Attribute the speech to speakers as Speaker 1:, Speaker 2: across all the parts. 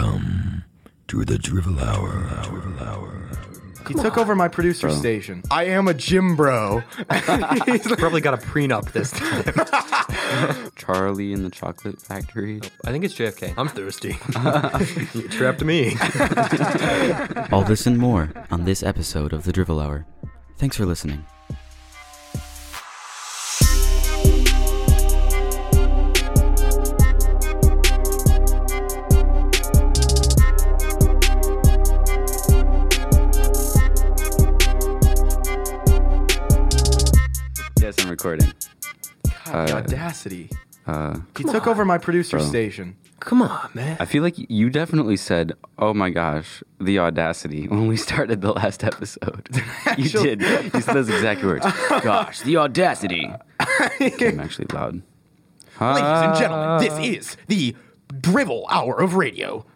Speaker 1: Welcome to the Drivel Hour. Drivel Hour.
Speaker 2: He took over my producer station. I am a gym bro. He's like,
Speaker 3: Probably got a prenup this time.
Speaker 4: Charlie in the Chocolate Factory.
Speaker 3: I think it's JFK. I'm thirsty. you trapped me.
Speaker 4: All this and more on this episode of The Drivel Hour. Thanks for listening. Yes, I'm recording.
Speaker 2: God, the audacity.
Speaker 4: Uh,
Speaker 2: He took over my producer station.
Speaker 3: Come on, man.
Speaker 4: I feel like you definitely said, "Oh my gosh, the audacity!" when we started the last episode. you
Speaker 2: Actually-
Speaker 4: did. You said those exact words. Gosh, the audacity! I'm actually loud. Uh,
Speaker 2: Ladies and gentlemen, this is the Drivel Hour of Radio.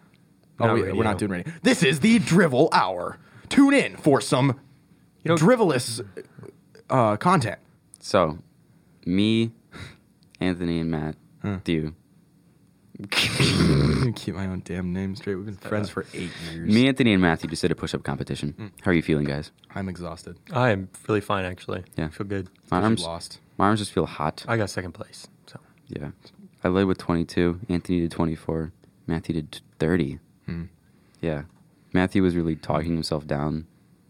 Speaker 2: Oh,
Speaker 3: Not
Speaker 2: we,
Speaker 3: radio.
Speaker 2: we're not doing radio. This is the Drivel Hour. Tune in for some
Speaker 3: You know-
Speaker 2: drivelous uh, content.
Speaker 4: So, me, Anthony, and Matt, do
Speaker 2: I'm gonna keep my own damn name straight. We've been friends for eight years.
Speaker 4: me, Anthony, and Matthew just did a push-up competition. How are you feeling, guys?
Speaker 2: I'm exhausted.
Speaker 3: I am really fine, actually.
Speaker 4: Yeah.
Speaker 3: Feel good.
Speaker 4: My
Speaker 2: I'm
Speaker 4: arms,
Speaker 2: lost.
Speaker 4: my arms just feel hot.
Speaker 3: I got second place. So
Speaker 4: Yeah, I led with 22. Anthony did 24. Matthew did t- 30.
Speaker 2: Hmm.
Speaker 4: Yeah, Matthew was really talking himself down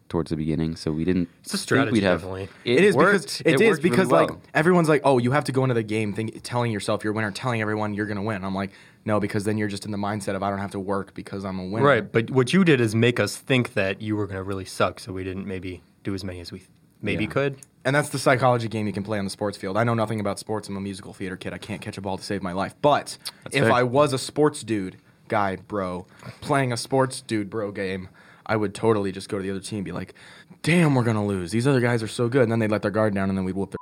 Speaker 4: towards the beginning, so we didn't.
Speaker 3: It's a strategy,
Speaker 4: think we'd have,
Speaker 3: definitely.
Speaker 2: It is
Speaker 4: worked.
Speaker 2: because it is
Speaker 4: worked really
Speaker 2: because like
Speaker 4: well.
Speaker 2: everyone's like, oh, you have to go into the game think, telling yourself you're a winner, telling everyone you're gonna win. I'm like, no, because then you're just in the mindset of I don't have to work because I'm a winner.
Speaker 3: Right, but what you did is make us think that you were going to really suck, so we didn't maybe do as many as we maybe
Speaker 2: Yeah.
Speaker 3: could.
Speaker 2: And that's the psychology game you can play on the sports field. I know nothing about sports. I'm a musical theater kid. I can't catch a ball to save my life. But if
Speaker 4: fair.
Speaker 2: I was a sports dude guy, bro, playing a sports dude, bro game, I would totally just go to the other team and be like, damn, we're going to lose. These other guys are so good. And then they'd let their guard down and then we'd whoop their.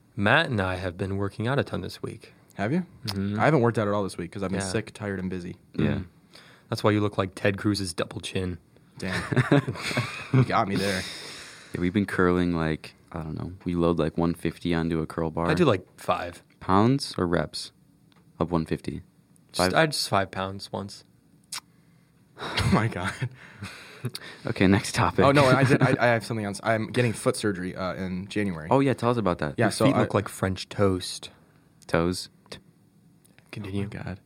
Speaker 3: Matt and I have been working out a ton this week.
Speaker 2: Have you? I haven't worked out at all this week because I've been
Speaker 3: Yeah.
Speaker 2: sick, tired, and busy.
Speaker 4: Yeah,
Speaker 3: That's why you look like Ted Cruz's double chin.
Speaker 2: Damn. you got me there.
Speaker 4: Yeah, we've been curling like I don't know. We load like 150 onto a curl bar.
Speaker 3: I do like five.
Speaker 4: pounds or reps of 150.
Speaker 3: Just,
Speaker 4: Five?
Speaker 3: I just five pounds once.
Speaker 2: Oh my God.
Speaker 4: Okay, next topic.
Speaker 2: Oh, no, I, did, I, I have something else. I'm getting foot surgery uh, in January.
Speaker 4: oh yeah, tell us about that.
Speaker 2: Yeah,
Speaker 3: Your
Speaker 2: so
Speaker 3: feet
Speaker 2: I-
Speaker 3: look like French toast.
Speaker 4: toes. T-
Speaker 3: Continue.
Speaker 2: Oh my God.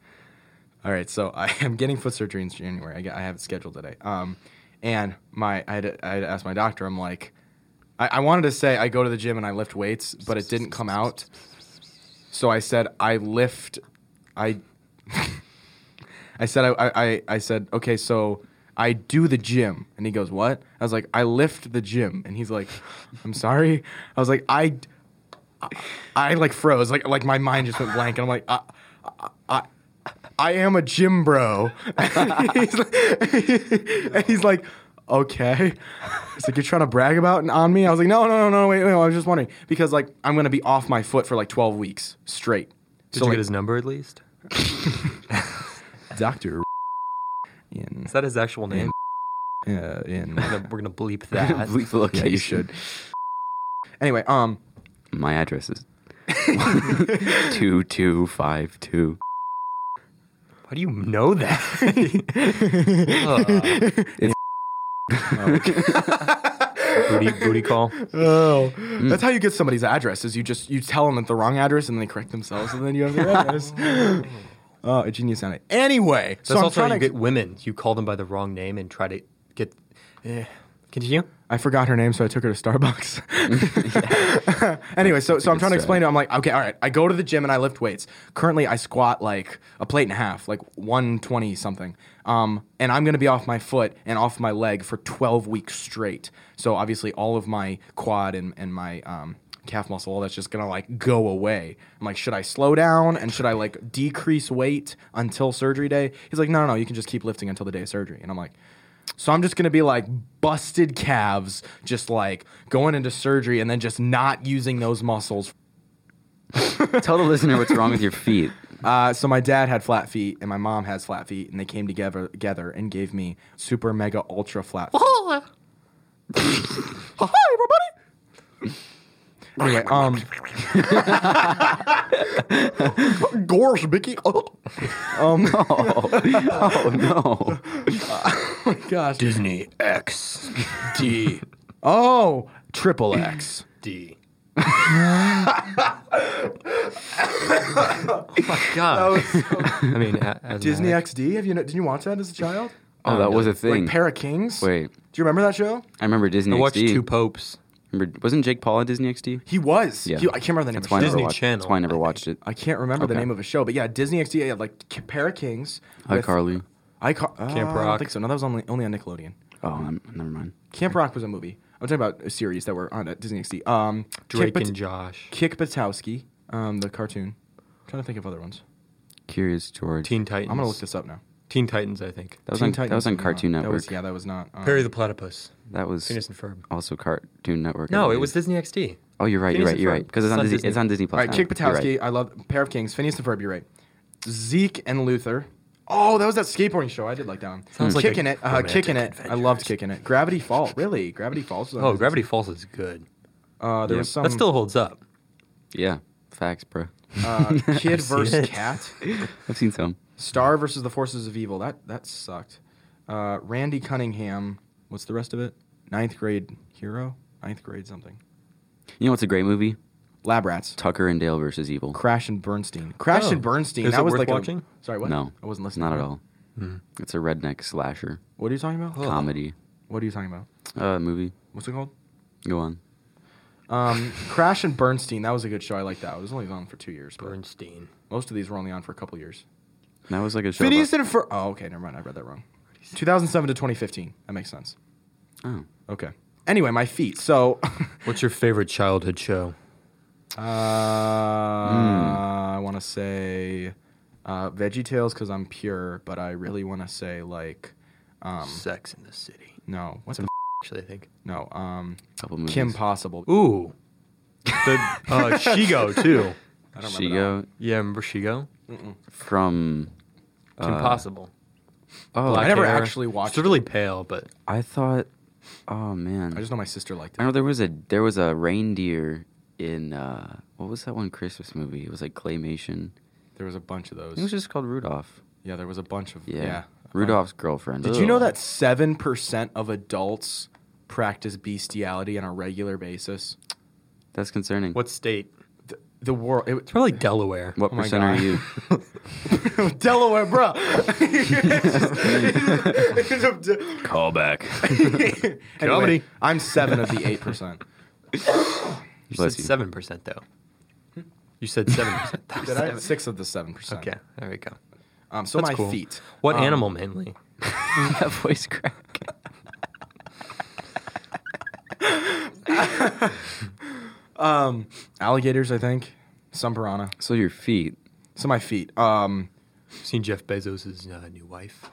Speaker 2: All right, so I am getting foot surgery in January. I, get- I have it scheduled today. Um, and my I had, to, I had to ask my doctor. I'm like, I, I wanted to say I go to the gym and I lift weights, but it didn't come out. So I said I lift, I. I said I, I I- I said okay, so I do the gym, and he goes what? I was like I lift the gym, and he's like, I'm sorry. I was like I. I like froze, like like my mind just went blank, and I'm like, I, I, I, I am a gym bro. and, he's like, and he's like, okay. It's like you're trying to brag about on me. I was like, no, no, no, no, wait, wait. I was just wondering because like I'm gonna be off my foot for like 12 weeks straight.
Speaker 3: Did
Speaker 2: so
Speaker 3: you
Speaker 2: like,
Speaker 3: get his number at least?
Speaker 2: doctor in
Speaker 3: Is that his actual name?
Speaker 2: uh, in
Speaker 3: We're gonna- we're gonna bleep that.
Speaker 4: Leave the
Speaker 2: yeah, you
Speaker 4: location.
Speaker 2: should. Anyway, um,
Speaker 4: My address is two two five two.
Speaker 3: How do you know that? booty, booty call.
Speaker 2: Oh, that's how you get somebody's address. Is you just you tell them at the wrong address and then they correct themselves and then you have their address. oh, a genius on it. Anyway, so
Speaker 3: That's
Speaker 2: I'm
Speaker 3: also how
Speaker 2: trying
Speaker 3: you
Speaker 2: to.
Speaker 3: get women. You call them by the wrong name and try to get. Eh. Continue.
Speaker 2: I forgot her name, so I took her to Starbucks. anyway, so so I'm trying to explain to. her, I'm like, okay, all right. I go to the gym and I lift weights. Currently, I squat like a plate and a half, like 120 something. Um, and I'm gonna be off my foot and off my leg for 12 weeks straight. So obviously, all of my quad and and my um, calf muscle, all that's just gonna like go away. I'm like, should I slow down and should I like decrease weight until surgery day? He's like, no, no, no, you can just keep lifting until the day of surgery. And I'm like, so I'm just gonna be like busted calves, just like going into surgery and then just not using those muscles.
Speaker 4: Tell the listener what's wrong with your feet.
Speaker 2: Uh, so my dad had flat feet and my mom has flat feet, and they came together together and gave me super mega ultra flat. Feet.
Speaker 3: Oh,
Speaker 2: Hi everybody. Anyway, um, Gorsh, Mickey. Oh. Um,
Speaker 4: Oh, oh no.
Speaker 2: my Oh, gosh.
Speaker 3: Disney X D
Speaker 2: Oh, triple X.
Speaker 3: D. My God. I mean, a- as an
Speaker 2: Disney
Speaker 3: addict-
Speaker 2: XD. Have you kn- did you watch that as a child?
Speaker 4: Oh, that was a thing.
Speaker 2: Like Para Kings.
Speaker 4: Wait,
Speaker 2: do you remember that show?
Speaker 4: I remember Disney
Speaker 3: I watched
Speaker 4: XD.
Speaker 3: two popes.
Speaker 4: Remember- wasn't Jake Paul on Disney XD?
Speaker 2: He was.
Speaker 4: Yeah.
Speaker 2: He- I can't remember the name.
Speaker 4: That's why
Speaker 2: of the
Speaker 4: I
Speaker 2: show.
Speaker 4: never
Speaker 3: Disney
Speaker 4: watched.
Speaker 3: Channel,
Speaker 4: That's why I never
Speaker 3: I
Speaker 4: watched it.
Speaker 2: I can't remember the
Speaker 4: Okay.
Speaker 2: name of a show, but yeah, Disney XD. They had like K- Para Kings.
Speaker 4: Hi,
Speaker 2: with-
Speaker 4: Carly.
Speaker 2: Icar- uh, I don't
Speaker 3: Rock.
Speaker 2: think so. No, that was only only on Nickelodeon.
Speaker 4: Oh, I'm, never mind.
Speaker 2: Camp Rock was a movie. I'm talking about a series that were on at Disney XD. Um,
Speaker 3: Drake
Speaker 2: Kick,
Speaker 3: and Josh.
Speaker 2: Kick Batowski, um, the cartoon. I'm trying to think of other ones.
Speaker 4: Curious George.
Speaker 3: Teen Titans.
Speaker 2: I'm gonna look this up now.
Speaker 3: Teen Titans, I think.
Speaker 4: that was
Speaker 2: Teen
Speaker 4: on. That was
Speaker 2: Titans
Speaker 4: on
Speaker 2: was
Speaker 4: Cartoon
Speaker 2: not-
Speaker 4: Network.
Speaker 2: That was, yeah, that was not. Um,
Speaker 3: Perry the Platypus.
Speaker 4: That was
Speaker 3: Phineas and Ferb.
Speaker 4: also Cartoon Network. I
Speaker 3: No, it
Speaker 4: believe.
Speaker 3: was Disney XD.
Speaker 4: Oh, you're right. You're
Speaker 3: Phineas
Speaker 4: right.
Speaker 3: and
Speaker 4: You're
Speaker 3: Ferb.
Speaker 4: right. Because it's, on Disney. It's on Disney
Speaker 2: all
Speaker 4: Plus.
Speaker 2: right, uh,
Speaker 4: now.
Speaker 2: Kick
Speaker 4: You're
Speaker 2: Batowski.
Speaker 4: right.
Speaker 2: I love Pair of Kings. Phineas and Ferb. You're right. Zeke and Luther. Oh, that was that skateboarding show. I did like that one.
Speaker 3: Sounds like a
Speaker 2: kicking it, uh,
Speaker 3: romantic
Speaker 2: kicking it. I loved kicking it. Gravity Falls, really. Gravity Falls. Was on
Speaker 3: Oh,
Speaker 2: Disney.
Speaker 3: Gravity Falls is good.
Speaker 2: Uh, there
Speaker 4: Yeah.
Speaker 2: was some.
Speaker 3: that still holds up.
Speaker 4: Yeah. Facts, bro.
Speaker 2: uh, Kid versus
Speaker 3: it.
Speaker 2: Cat.
Speaker 4: I've seen some.
Speaker 2: Star versus the Forces of Evil. That that sucked. Uh, Randy Cunningham. What's the rest of it? Ninth grade hero. Ninth grade something.
Speaker 4: You know what's a great movie?
Speaker 2: Lab Rats.
Speaker 4: Tucker and Dale versus Evil.
Speaker 2: Crash and Bernstein. Crash
Speaker 3: Oh.
Speaker 2: and Bernstein.
Speaker 3: Is
Speaker 2: that
Speaker 3: it
Speaker 2: was
Speaker 3: worth
Speaker 2: like a-
Speaker 3: watching?
Speaker 2: sorry, what?
Speaker 4: No,
Speaker 2: I wasn't listening.
Speaker 4: Not at all.
Speaker 2: Hmm.
Speaker 4: It's a redneck slasher
Speaker 2: What are you talking about?
Speaker 4: comedy
Speaker 2: What are you talking about?
Speaker 4: uh, movie.
Speaker 2: What's it called?
Speaker 4: Go on.
Speaker 2: Um, Crash and Bernstein. That was a good show. I like that. It was only on for two years, but
Speaker 3: Bernstein.
Speaker 2: most of these were only on for a couple years.
Speaker 4: That was like a show.
Speaker 2: Phineas
Speaker 4: About,
Speaker 2: and Ferb. Oh, okay. Never mind. I read that wrong. 2007 to 2015. That makes sense.
Speaker 4: oh,
Speaker 2: Okay. Anyway, my feet. So, uh,
Speaker 3: What's your favorite childhood show?
Speaker 4: Hmm.
Speaker 2: I want to say uh, Veggie Tales because I'm pure, but I really want to say like um,
Speaker 3: Sex in the City.
Speaker 2: no. What's the
Speaker 3: Actually, I think.
Speaker 2: f- no? Um,
Speaker 4: couple movies.
Speaker 2: Kim Possible.
Speaker 3: Ooh. The uh, Shigo too.
Speaker 2: I don't remember that one.
Speaker 4: Shigo
Speaker 3: Yeah, remember Shigo?
Speaker 4: from.
Speaker 3: It's impossible.
Speaker 4: Oh,
Speaker 2: Black-
Speaker 4: I,
Speaker 2: never actually watched
Speaker 3: It's really pale, but
Speaker 4: I thought. Oh man.
Speaker 2: I just know my sister liked it.
Speaker 4: I know there was a there was a reindeer in uh, what was that one Christmas movie? It was like claymation.
Speaker 2: There was a bunch of those.
Speaker 4: I think it was just called Rudolph.
Speaker 2: yeah, there was a bunch of
Speaker 4: Yeah.
Speaker 2: yeah.
Speaker 4: Rudolph's girlfriend.
Speaker 2: Did you know
Speaker 4: Ugh.
Speaker 2: that 7% of adults practice bestiality on a regular basis?
Speaker 4: That's concerning.
Speaker 3: what state?
Speaker 2: The, the world. It,
Speaker 3: It's probably Delaware.
Speaker 4: What
Speaker 2: Oh my
Speaker 4: percent
Speaker 2: God.
Speaker 4: are you?
Speaker 2: Delaware, bro. Comedy.
Speaker 4: Call back.
Speaker 2: Anyway,
Speaker 3: Comedy.
Speaker 2: I'm 7 of the 8%.
Speaker 3: You
Speaker 4: Bless
Speaker 3: said
Speaker 4: you.
Speaker 3: seven percent though. You said seven percent.
Speaker 2: Did I? 6 of the 7%.
Speaker 3: Okay, there we go.
Speaker 2: Um, so
Speaker 3: That's
Speaker 2: my
Speaker 3: cool.
Speaker 2: feet.
Speaker 3: What
Speaker 2: Um,
Speaker 3: animal mainly?
Speaker 4: that voice crack.
Speaker 2: Um, alligators, I think. Some piranha.
Speaker 4: So your feet.
Speaker 2: So my feet. Um,
Speaker 3: Seen Jeff Bezos' uh, new wife?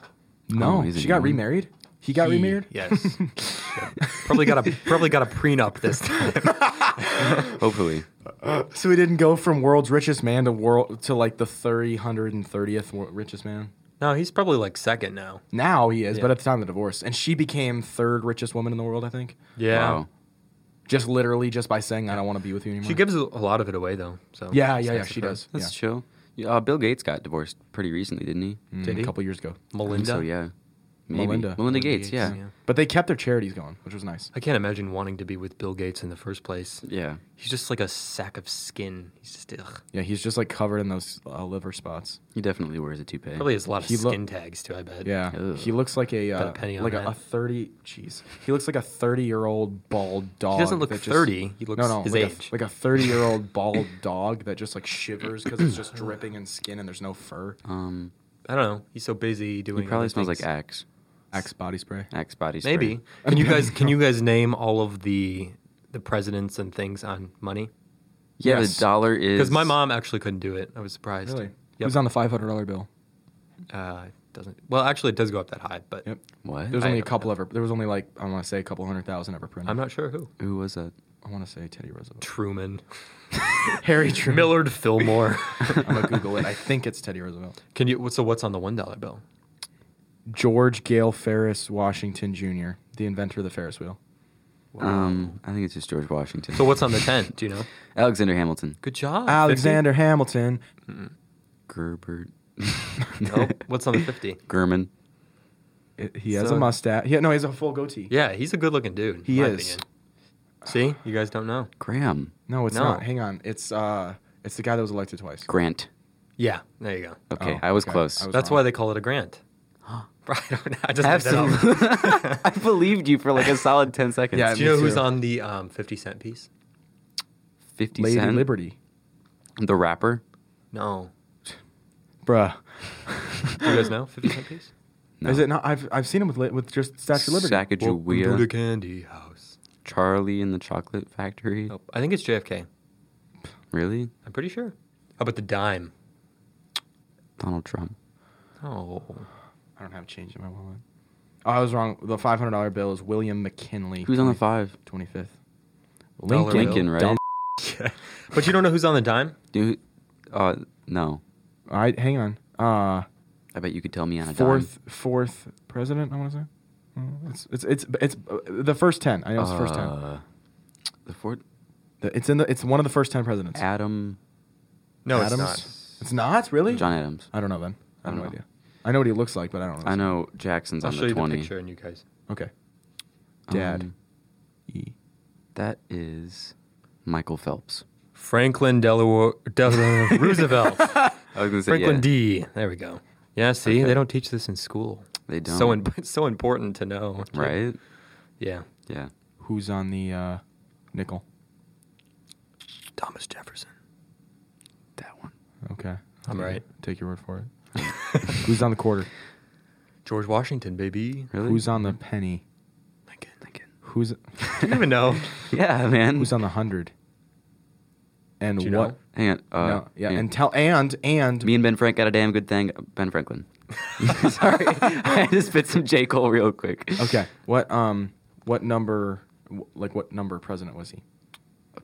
Speaker 2: no,
Speaker 4: Oh, he's a
Speaker 2: she
Speaker 4: new
Speaker 2: got
Speaker 4: one.
Speaker 2: remarried. He got
Speaker 3: He-
Speaker 2: remarried.
Speaker 3: Yes. Yeah. Probably got a probably got a prenup this time.
Speaker 4: Hopefully.
Speaker 2: So we didn't go from world's richest man to world to like the 330th wor- richest man.
Speaker 3: No, he's probably like second now.
Speaker 2: Now he is,
Speaker 3: Yeah.
Speaker 2: but at the time of the divorce, and she became third richest woman in the world. I think
Speaker 3: Yeah.
Speaker 4: Wow.
Speaker 2: just literally just by saying I don't want to be with you anymore.
Speaker 3: She gives a a lot of it away though. So
Speaker 2: yeah,
Speaker 3: it's
Speaker 2: yeah, yeah.
Speaker 3: nice of
Speaker 2: She
Speaker 3: her.
Speaker 2: does.
Speaker 4: That's
Speaker 2: yeah.
Speaker 4: chill. Yeah, Uh, Bill Gates got divorced pretty recently, didn't he?
Speaker 2: Mm,
Speaker 3: Did
Speaker 2: a
Speaker 3: he?
Speaker 2: couple years ago.
Speaker 3: Melinda.
Speaker 4: So yeah. Maybe.
Speaker 2: Melinda.
Speaker 4: Melinda Gates, yeah. yeah.
Speaker 2: But they kept their charities going, which was nice.
Speaker 3: I can't imagine wanting to be with Bill Gates in the first place. He's just like a sack of skin. He's just ugh.
Speaker 2: Yeah, he's just like covered in those uh, liver spots.
Speaker 4: He definitely wears a toupee.
Speaker 3: Probably has a lot of
Speaker 2: He lo-
Speaker 3: skin tags too. I bet.
Speaker 2: Yeah,
Speaker 4: Ugh.
Speaker 2: he looks like a uh,
Speaker 3: a penny on
Speaker 2: like a,
Speaker 3: that.
Speaker 2: a thirty. Jeez, he looks like a thirty-year-old bald dog.
Speaker 3: look
Speaker 2: that just-
Speaker 3: 30. He looks
Speaker 2: no, no,
Speaker 3: his
Speaker 2: like
Speaker 3: age.
Speaker 2: A, like a thirty-year-old bald dog that just like shivers because it's just dripping in skin and there's no fur.
Speaker 4: Um
Speaker 3: I don't know. He's so busy doing.
Speaker 4: he probably
Speaker 3: other
Speaker 4: smells
Speaker 3: things.
Speaker 4: like Axe.
Speaker 2: Axe body spray.
Speaker 4: Axe body spray.
Speaker 3: Maybe. Can you guys can you guys name all of the the presidents and things on money?
Speaker 4: Yeah,
Speaker 2: Yes.
Speaker 4: the dollar is
Speaker 3: Because my mom actually couldn't do it. I was surprised.
Speaker 2: Really? It
Speaker 3: Yep.
Speaker 2: was on the five hundred dollar bill.
Speaker 3: uh, doesn't. Well, actually, it does go up that high, but
Speaker 2: Yep.
Speaker 4: What?
Speaker 2: There's
Speaker 3: I
Speaker 2: only a
Speaker 3: don't
Speaker 2: couple ever. There was only like I want to say a couple hundred thousand ever printed.
Speaker 3: I'm not sure who.
Speaker 4: Who was that?
Speaker 2: I want to say Teddy Roosevelt.
Speaker 3: Truman,
Speaker 2: Harry Truman.
Speaker 3: Millard Fillmore.
Speaker 2: I'm gonna Google it. I think it's Teddy Roosevelt.
Speaker 3: can you? So what's on the one dollar bill?
Speaker 2: George Gale Ferris Washington Jr., the inventor of the Ferris wheel.
Speaker 4: Um, I think it's just George Washington.
Speaker 3: So what's on the 10? Do you know?
Speaker 4: Alexander Hamilton.
Speaker 3: Good job. 50?
Speaker 2: Alexander Hamilton.
Speaker 4: Gerbert.
Speaker 3: No. What's on the 50?
Speaker 4: German.
Speaker 2: It- he has
Speaker 3: So-
Speaker 2: a mustache. Yeah, no, he has a full goatee.
Speaker 3: Yeah, he's a good looking dude. in
Speaker 2: He
Speaker 3: my
Speaker 2: is.
Speaker 3: Opinion. See? You guys don't know.
Speaker 4: Graham.
Speaker 2: No, it's
Speaker 3: No.
Speaker 2: not. Hang on. It's uh, it's the guy that was elected twice.
Speaker 4: Grant.
Speaker 3: Yeah. There you go.
Speaker 4: Okay,
Speaker 2: Oh,
Speaker 4: I was
Speaker 2: okay.
Speaker 4: close.
Speaker 2: I was-
Speaker 3: That's why they call it a grant. I don't know. I just made that up.
Speaker 4: Absolutely. I believed you for like a solid 10 seconds.
Speaker 2: Yeah,
Speaker 3: Do you know
Speaker 2: Me
Speaker 3: who's
Speaker 2: too.
Speaker 3: on the um, 50 cent piece?
Speaker 4: 50
Speaker 2: Lady
Speaker 4: Cent,
Speaker 2: Liberty.
Speaker 4: The rapper.
Speaker 3: No.
Speaker 2: Bruh.
Speaker 3: Do you guys know 50 cent piece?
Speaker 4: No.
Speaker 2: Is it not? I've I've seen him with li- with just Statue of Liberty.
Speaker 3: Welcome to the
Speaker 4: Sacagawea.
Speaker 3: candy house.
Speaker 4: Charlie and the Chocolate Factory.
Speaker 2: Oh.
Speaker 3: Nope. I think it's JFK.
Speaker 4: Really?
Speaker 3: I'm pretty sure. How about the dime?
Speaker 4: Donald Trump.
Speaker 3: Oh.
Speaker 2: I don't have change in my wallet. Oh, I was wrong. The five hundred dollar bill is William McKinley.
Speaker 4: Who's on the five?
Speaker 2: Twenty fifth.
Speaker 3: Dollar
Speaker 2: Lincoln.
Speaker 4: Lincoln, right?
Speaker 2: Dumb.
Speaker 3: But you don't know who's on the dime?
Speaker 4: Do you, uh, no.
Speaker 2: All right, hang on. Uh,
Speaker 4: I bet you could tell me on a
Speaker 2: fourth fourth president. I want to say. Mm, It's it's it's it's uh, the first ten. I know
Speaker 4: dime.
Speaker 2: it's the first ten.
Speaker 4: Uh, The fourth.
Speaker 2: The- It's in the it's one of the first ten presidents.
Speaker 4: Adam.
Speaker 3: No,
Speaker 2: Adams?
Speaker 3: it's
Speaker 2: It's not really.
Speaker 4: John Adams.
Speaker 2: I don't know then. I have
Speaker 4: I
Speaker 2: no
Speaker 4: don't
Speaker 2: idea. I know what he looks like, but I don't know.
Speaker 4: I know Jackson's
Speaker 3: not. I'll
Speaker 4: on
Speaker 3: show
Speaker 4: the
Speaker 3: you
Speaker 4: 20.
Speaker 3: the picture and you guys.
Speaker 2: Okay. Dad.
Speaker 4: Um,
Speaker 2: E.
Speaker 4: that is Michael Phelps.
Speaker 3: Franklin Delaware, Delaware Roosevelt.
Speaker 4: I was going to say,
Speaker 3: Franklin
Speaker 4: yeah,
Speaker 3: D. There we go. Yeah, see,
Speaker 4: Okay.
Speaker 3: they don't teach this in school.
Speaker 4: They don't.
Speaker 3: So, im- it's so important to know.
Speaker 4: right?
Speaker 3: Yeah.
Speaker 4: Yeah.
Speaker 2: Who's on the uh, nickel?
Speaker 3: Thomas Jefferson.
Speaker 4: That one.
Speaker 2: Okay.
Speaker 3: I'm
Speaker 2: Take-
Speaker 3: right.
Speaker 2: Take your word for it. Who's on the quarter?
Speaker 3: George Washington, baby.
Speaker 4: Really?
Speaker 2: Who's on the penny?
Speaker 3: Lincoln. Lincoln.
Speaker 2: Who's
Speaker 3: Do you even know?
Speaker 4: Yeah, man.
Speaker 2: who's on the hundred? And
Speaker 3: Do you
Speaker 2: what?
Speaker 3: know?
Speaker 4: Hang on. Uh,
Speaker 2: no, yeah,
Speaker 4: hang on.
Speaker 2: and tell and and
Speaker 4: Me and Ben Frank got a damn good thing. Ben Franklin. Sorry, I just spit some J Cole real quick.
Speaker 2: okay. What um what number wh- like what number president was he?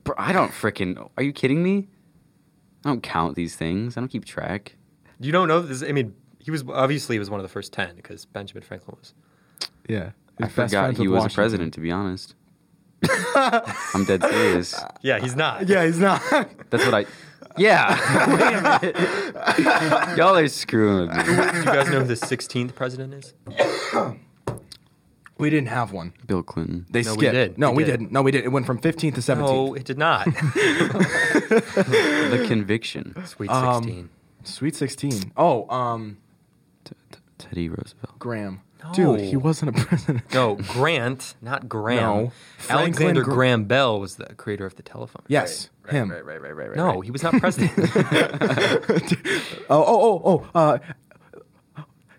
Speaker 4: Bro, I don't freaking. Are you kidding me? I don't count these things. I don't keep track.
Speaker 3: You don't know this. I mean, he was obviously he was one of the first ten because Benjamin Franklin was.
Speaker 2: Yeah.
Speaker 4: I forgot he was a president. To be honest, I'm dead serious.
Speaker 3: Yeah, he's not.
Speaker 2: Yeah, he's not.
Speaker 4: That's what I. Yeah. Wait a minute. Y'all are screwing with me.
Speaker 3: Do you guys know who the sixteenth president is?
Speaker 2: we didn't have one.
Speaker 4: Bill Clinton.
Speaker 2: They
Speaker 3: No, we
Speaker 2: skipped.
Speaker 3: did.
Speaker 2: No,
Speaker 3: We
Speaker 2: we,
Speaker 3: did.
Speaker 2: did. not No, we did. It went from 15th to 17th.
Speaker 3: No, it did not.
Speaker 4: The conviction.
Speaker 3: Sweet
Speaker 2: Um,
Speaker 3: sixteen.
Speaker 2: Sweet 16. Oh, um
Speaker 4: T- t- Teddy Roosevelt.
Speaker 2: Graham.
Speaker 3: No.
Speaker 2: Dude, he wasn't a president.
Speaker 3: no, Grant, not Graham.
Speaker 2: No.
Speaker 3: Alexander
Speaker 2: Franklin Gra-
Speaker 3: Graham Bell was the creator of the telephone.
Speaker 2: Yes, him.
Speaker 4: right, right, right,
Speaker 3: No, he was not president.
Speaker 2: Oh, oh, oh, oh. Uh,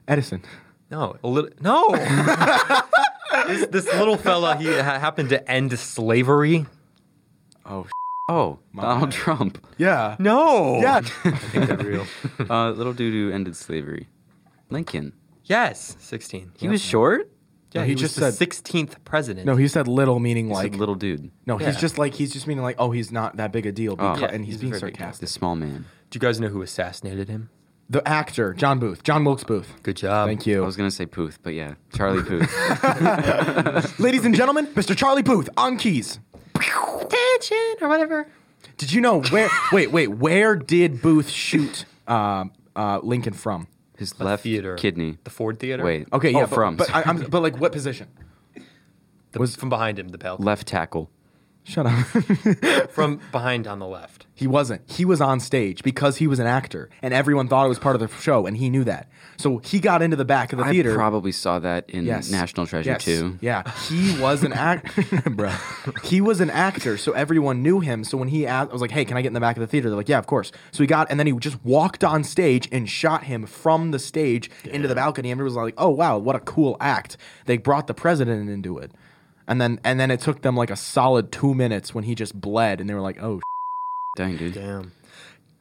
Speaker 2: Edison.
Speaker 3: no, a little. No. this, this little fella, he ha- happened to end slavery.
Speaker 2: Oh,
Speaker 4: Oh, Donald Trump.
Speaker 2: yeah.
Speaker 3: No.
Speaker 2: Yeah.
Speaker 3: I think they're real.
Speaker 4: Uh, little dude who ended slavery. Lincoln.
Speaker 3: yes, sixteen.
Speaker 4: He was short.
Speaker 3: Yeah,
Speaker 2: No,
Speaker 3: he,
Speaker 2: he
Speaker 3: was
Speaker 2: just
Speaker 3: the
Speaker 2: said-
Speaker 3: sixteenth president.
Speaker 2: No, he said little, meaning
Speaker 4: He's
Speaker 2: like
Speaker 4: a little dude.
Speaker 2: No, he's
Speaker 3: Yeah.
Speaker 2: just like he's just meaning like oh he's not that big a deal,
Speaker 4: Oh.
Speaker 2: because,
Speaker 4: Yeah,
Speaker 2: and he's,
Speaker 3: he's a
Speaker 2: being
Speaker 3: very big deal.
Speaker 2: sarcastic.
Speaker 4: The small man.
Speaker 3: Do you guys know who assassinated him?
Speaker 2: The actor John Booth, John Wilkes Booth.
Speaker 3: Good job.
Speaker 2: Thank
Speaker 4: I
Speaker 2: you,
Speaker 4: was gonna say Puth, but yeah, Charlie Puth.
Speaker 2: ladies and gentlemen, Mr. Charlie Booth on keys.
Speaker 3: Attention or whatever.
Speaker 2: Did you know where? wait, wait, where did Booth shoot um uh, Lincoln from?
Speaker 4: His left
Speaker 3: theater.
Speaker 4: kidney.
Speaker 3: The Ford Theater.
Speaker 4: Wait.
Speaker 2: Okay,
Speaker 4: Oh,
Speaker 2: yeah, but-
Speaker 4: from.
Speaker 2: But, I, am but like what position?
Speaker 3: The- from behind him, the pal.
Speaker 4: left tackle.
Speaker 2: Shut up.
Speaker 3: From behind on the left.
Speaker 2: he wasn't. He was on stage because he was an actor, and everyone thought it was part of the show, and he knew that. So he got into the back of the
Speaker 4: I
Speaker 2: theater.
Speaker 4: probably saw that in National Treasure
Speaker 2: Yes.
Speaker 4: too.
Speaker 2: Yeah, he was an actor, bro. He was an actor, so everyone knew him. So when he asked, I was like, "Hey, can I get in the back of the theater?" They're like, "Yeah, of course." So he got, and then he just walked on stage and shot him from the stage into the balcony. And everyone was like, "Oh wow, what a cool act!" They brought the president into it, and then and then it took them like a solid two minutes when he just bled, and they were like, "Oh." sh-"
Speaker 4: Dang dude.
Speaker 3: Damn.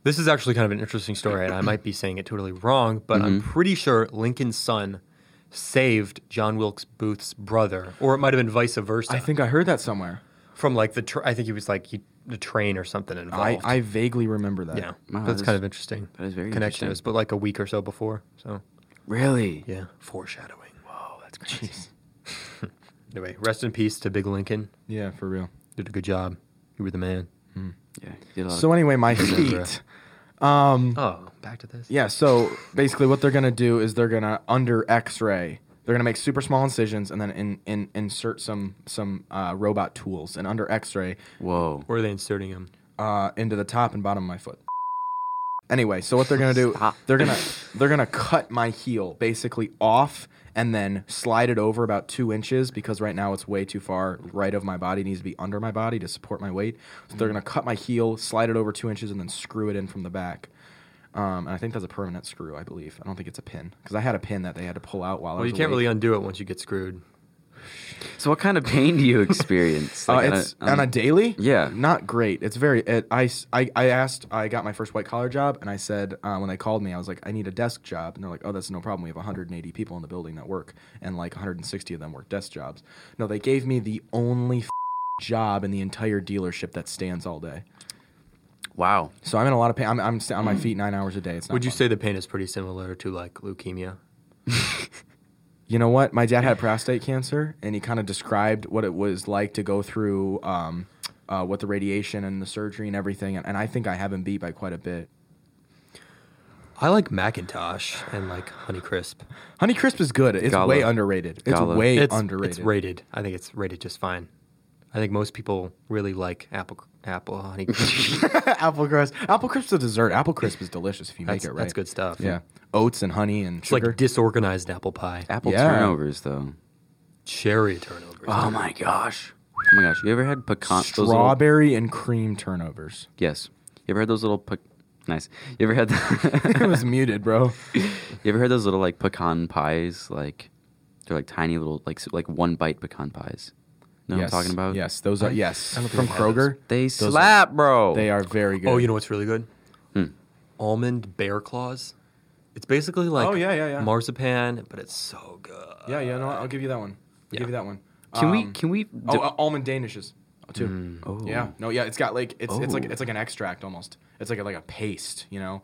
Speaker 3: This is actually kind of an interesting story, and I might be saying it totally wrong, but I'm pretty sure Lincoln's son saved John Wilkes Booth's brother, or it might have been vice versa.
Speaker 2: I think I heard that somewhere.
Speaker 3: from like the tr I think he was like he, the train or something
Speaker 2: I,
Speaker 3: involved.
Speaker 2: I vaguely remember that.
Speaker 3: yeah,
Speaker 4: Wow,
Speaker 3: that's
Speaker 4: that
Speaker 3: kind
Speaker 4: is-
Speaker 3: of interesting.
Speaker 4: that is very
Speaker 3: connection. It was
Speaker 4: interesting.
Speaker 3: but like a week or so before. So
Speaker 4: Really?
Speaker 3: yeah, foreshadowing. Wow, that's crazy. Anyway, rest in peace to Big Lincoln.
Speaker 2: Yeah, for real.
Speaker 3: Did a good job. You were the man.
Speaker 4: Yeah. Did a lot
Speaker 2: So
Speaker 4: of,
Speaker 2: anyway, my
Speaker 3: Sandra.
Speaker 2: feet. Um,
Speaker 3: Oh, back to this.
Speaker 2: yeah. So basically, what they're gonna do is they're gonna under X-ray. They're gonna make super small incisions and then in, in, insert some some uh, robot tools and under X-ray
Speaker 4: whoa.
Speaker 3: Where are they inserting him?
Speaker 2: uh, into the top and bottom of my foot. Anyway, so what they're gonna do?
Speaker 4: Stop.
Speaker 2: They're gonna they're gonna cut my heel basically off and then slide it over about two inches because right now it's way too far right of my body. It needs to be under my body to support my weight. So
Speaker 3: Mm.
Speaker 2: they're gonna cut my heel, slide it over two inches, and then screw it in from the back. Um, and I think that's a permanent screw. I believe. I don't think it's a pin because I had a pin that they had to pull out while I
Speaker 3: Well,
Speaker 2: was.
Speaker 3: you can't
Speaker 2: awake.
Speaker 3: really undo it once you get screwed.
Speaker 4: So what kind of pain do you experience?
Speaker 2: Uh,
Speaker 4: Like, on a-
Speaker 2: it's
Speaker 4: on
Speaker 2: on
Speaker 4: a-
Speaker 2: a daily.
Speaker 4: Yeah.
Speaker 2: not great. It's very. It, I, s- I- I asked. I got my first white collar job, and I said uh, when they called me, I was like, I need a desk job, and they're like, Oh, that's no problem. We have 180 people in the building that work, and like 160 of them work desk jobs. No, they gave me the only f- job in the entire dealership that stands all day.
Speaker 4: wow.
Speaker 2: So I'm in a lot of pain. I'm, I'm st- on my
Speaker 4: Hmm.
Speaker 2: feet nine hours a day. It's not
Speaker 3: Would you
Speaker 2: fun.
Speaker 3: say the pain is pretty similar to like leukemia?
Speaker 2: You know what? My dad had prostate cancer, and he kind of described what it was like to go through um, uh, what the radiation and the surgery and everything. And, and I think I have him beat by quite a bit.
Speaker 3: I like Macintosh and like Honeycrisp.
Speaker 2: Honey Crisp is good. It's
Speaker 4: Gala.
Speaker 2: way underrated. It's
Speaker 4: Gala.
Speaker 2: way
Speaker 3: It's
Speaker 2: underrated.
Speaker 3: It's rated. I think it's rated just fine. I think most people really like apple apple Honeycrisp.
Speaker 2: Apple Crisp. Apple Crisp's a dessert. Apple Crisp is delicious if you make
Speaker 3: that's,
Speaker 2: it right.
Speaker 3: that's good stuff.
Speaker 2: Yeah. Oats and honey and
Speaker 3: It's
Speaker 2: sugar.
Speaker 3: like disorganized apple pie.
Speaker 4: Apple
Speaker 2: Yeah.
Speaker 4: turnovers though.
Speaker 3: Cherry turnovers.
Speaker 4: Oh my gosh. Oh my gosh. You ever had pecan? those little-
Speaker 2: Strawberry and cream turnovers.
Speaker 4: yes. You ever had those little? Pe- nice. You ever had?
Speaker 2: it was muted, bro.
Speaker 4: You ever heard those little like pecan pies? Like they're like tiny little like s- like one bite pecan pies. Know
Speaker 2: yes.
Speaker 4: what I'm talking about?
Speaker 2: Yes, those are yes.
Speaker 3: I don't think
Speaker 2: From
Speaker 3: I've had those.
Speaker 2: Kroger.
Speaker 4: They
Speaker 2: Those are-
Speaker 4: slap, bro.
Speaker 2: They are very good.
Speaker 3: Oh, you know what's really good?
Speaker 4: Hmm.
Speaker 3: Almond bear claws. It's basically like
Speaker 2: Oh, yeah, yeah, yeah.
Speaker 3: marzipan, but it's so good.
Speaker 2: Yeah, yeah, no, I'll give you that one. I'll
Speaker 3: Yeah.
Speaker 2: give you that one.
Speaker 4: Can we?
Speaker 2: Um,
Speaker 4: Can we?
Speaker 2: Oh,
Speaker 4: do-
Speaker 2: uh, almond danishes uh, too.
Speaker 4: oh.
Speaker 2: Yeah, no, yeah, it's got like it's it's like
Speaker 4: Oh.
Speaker 2: it's like an extract almost. It's like a, like a paste, you know.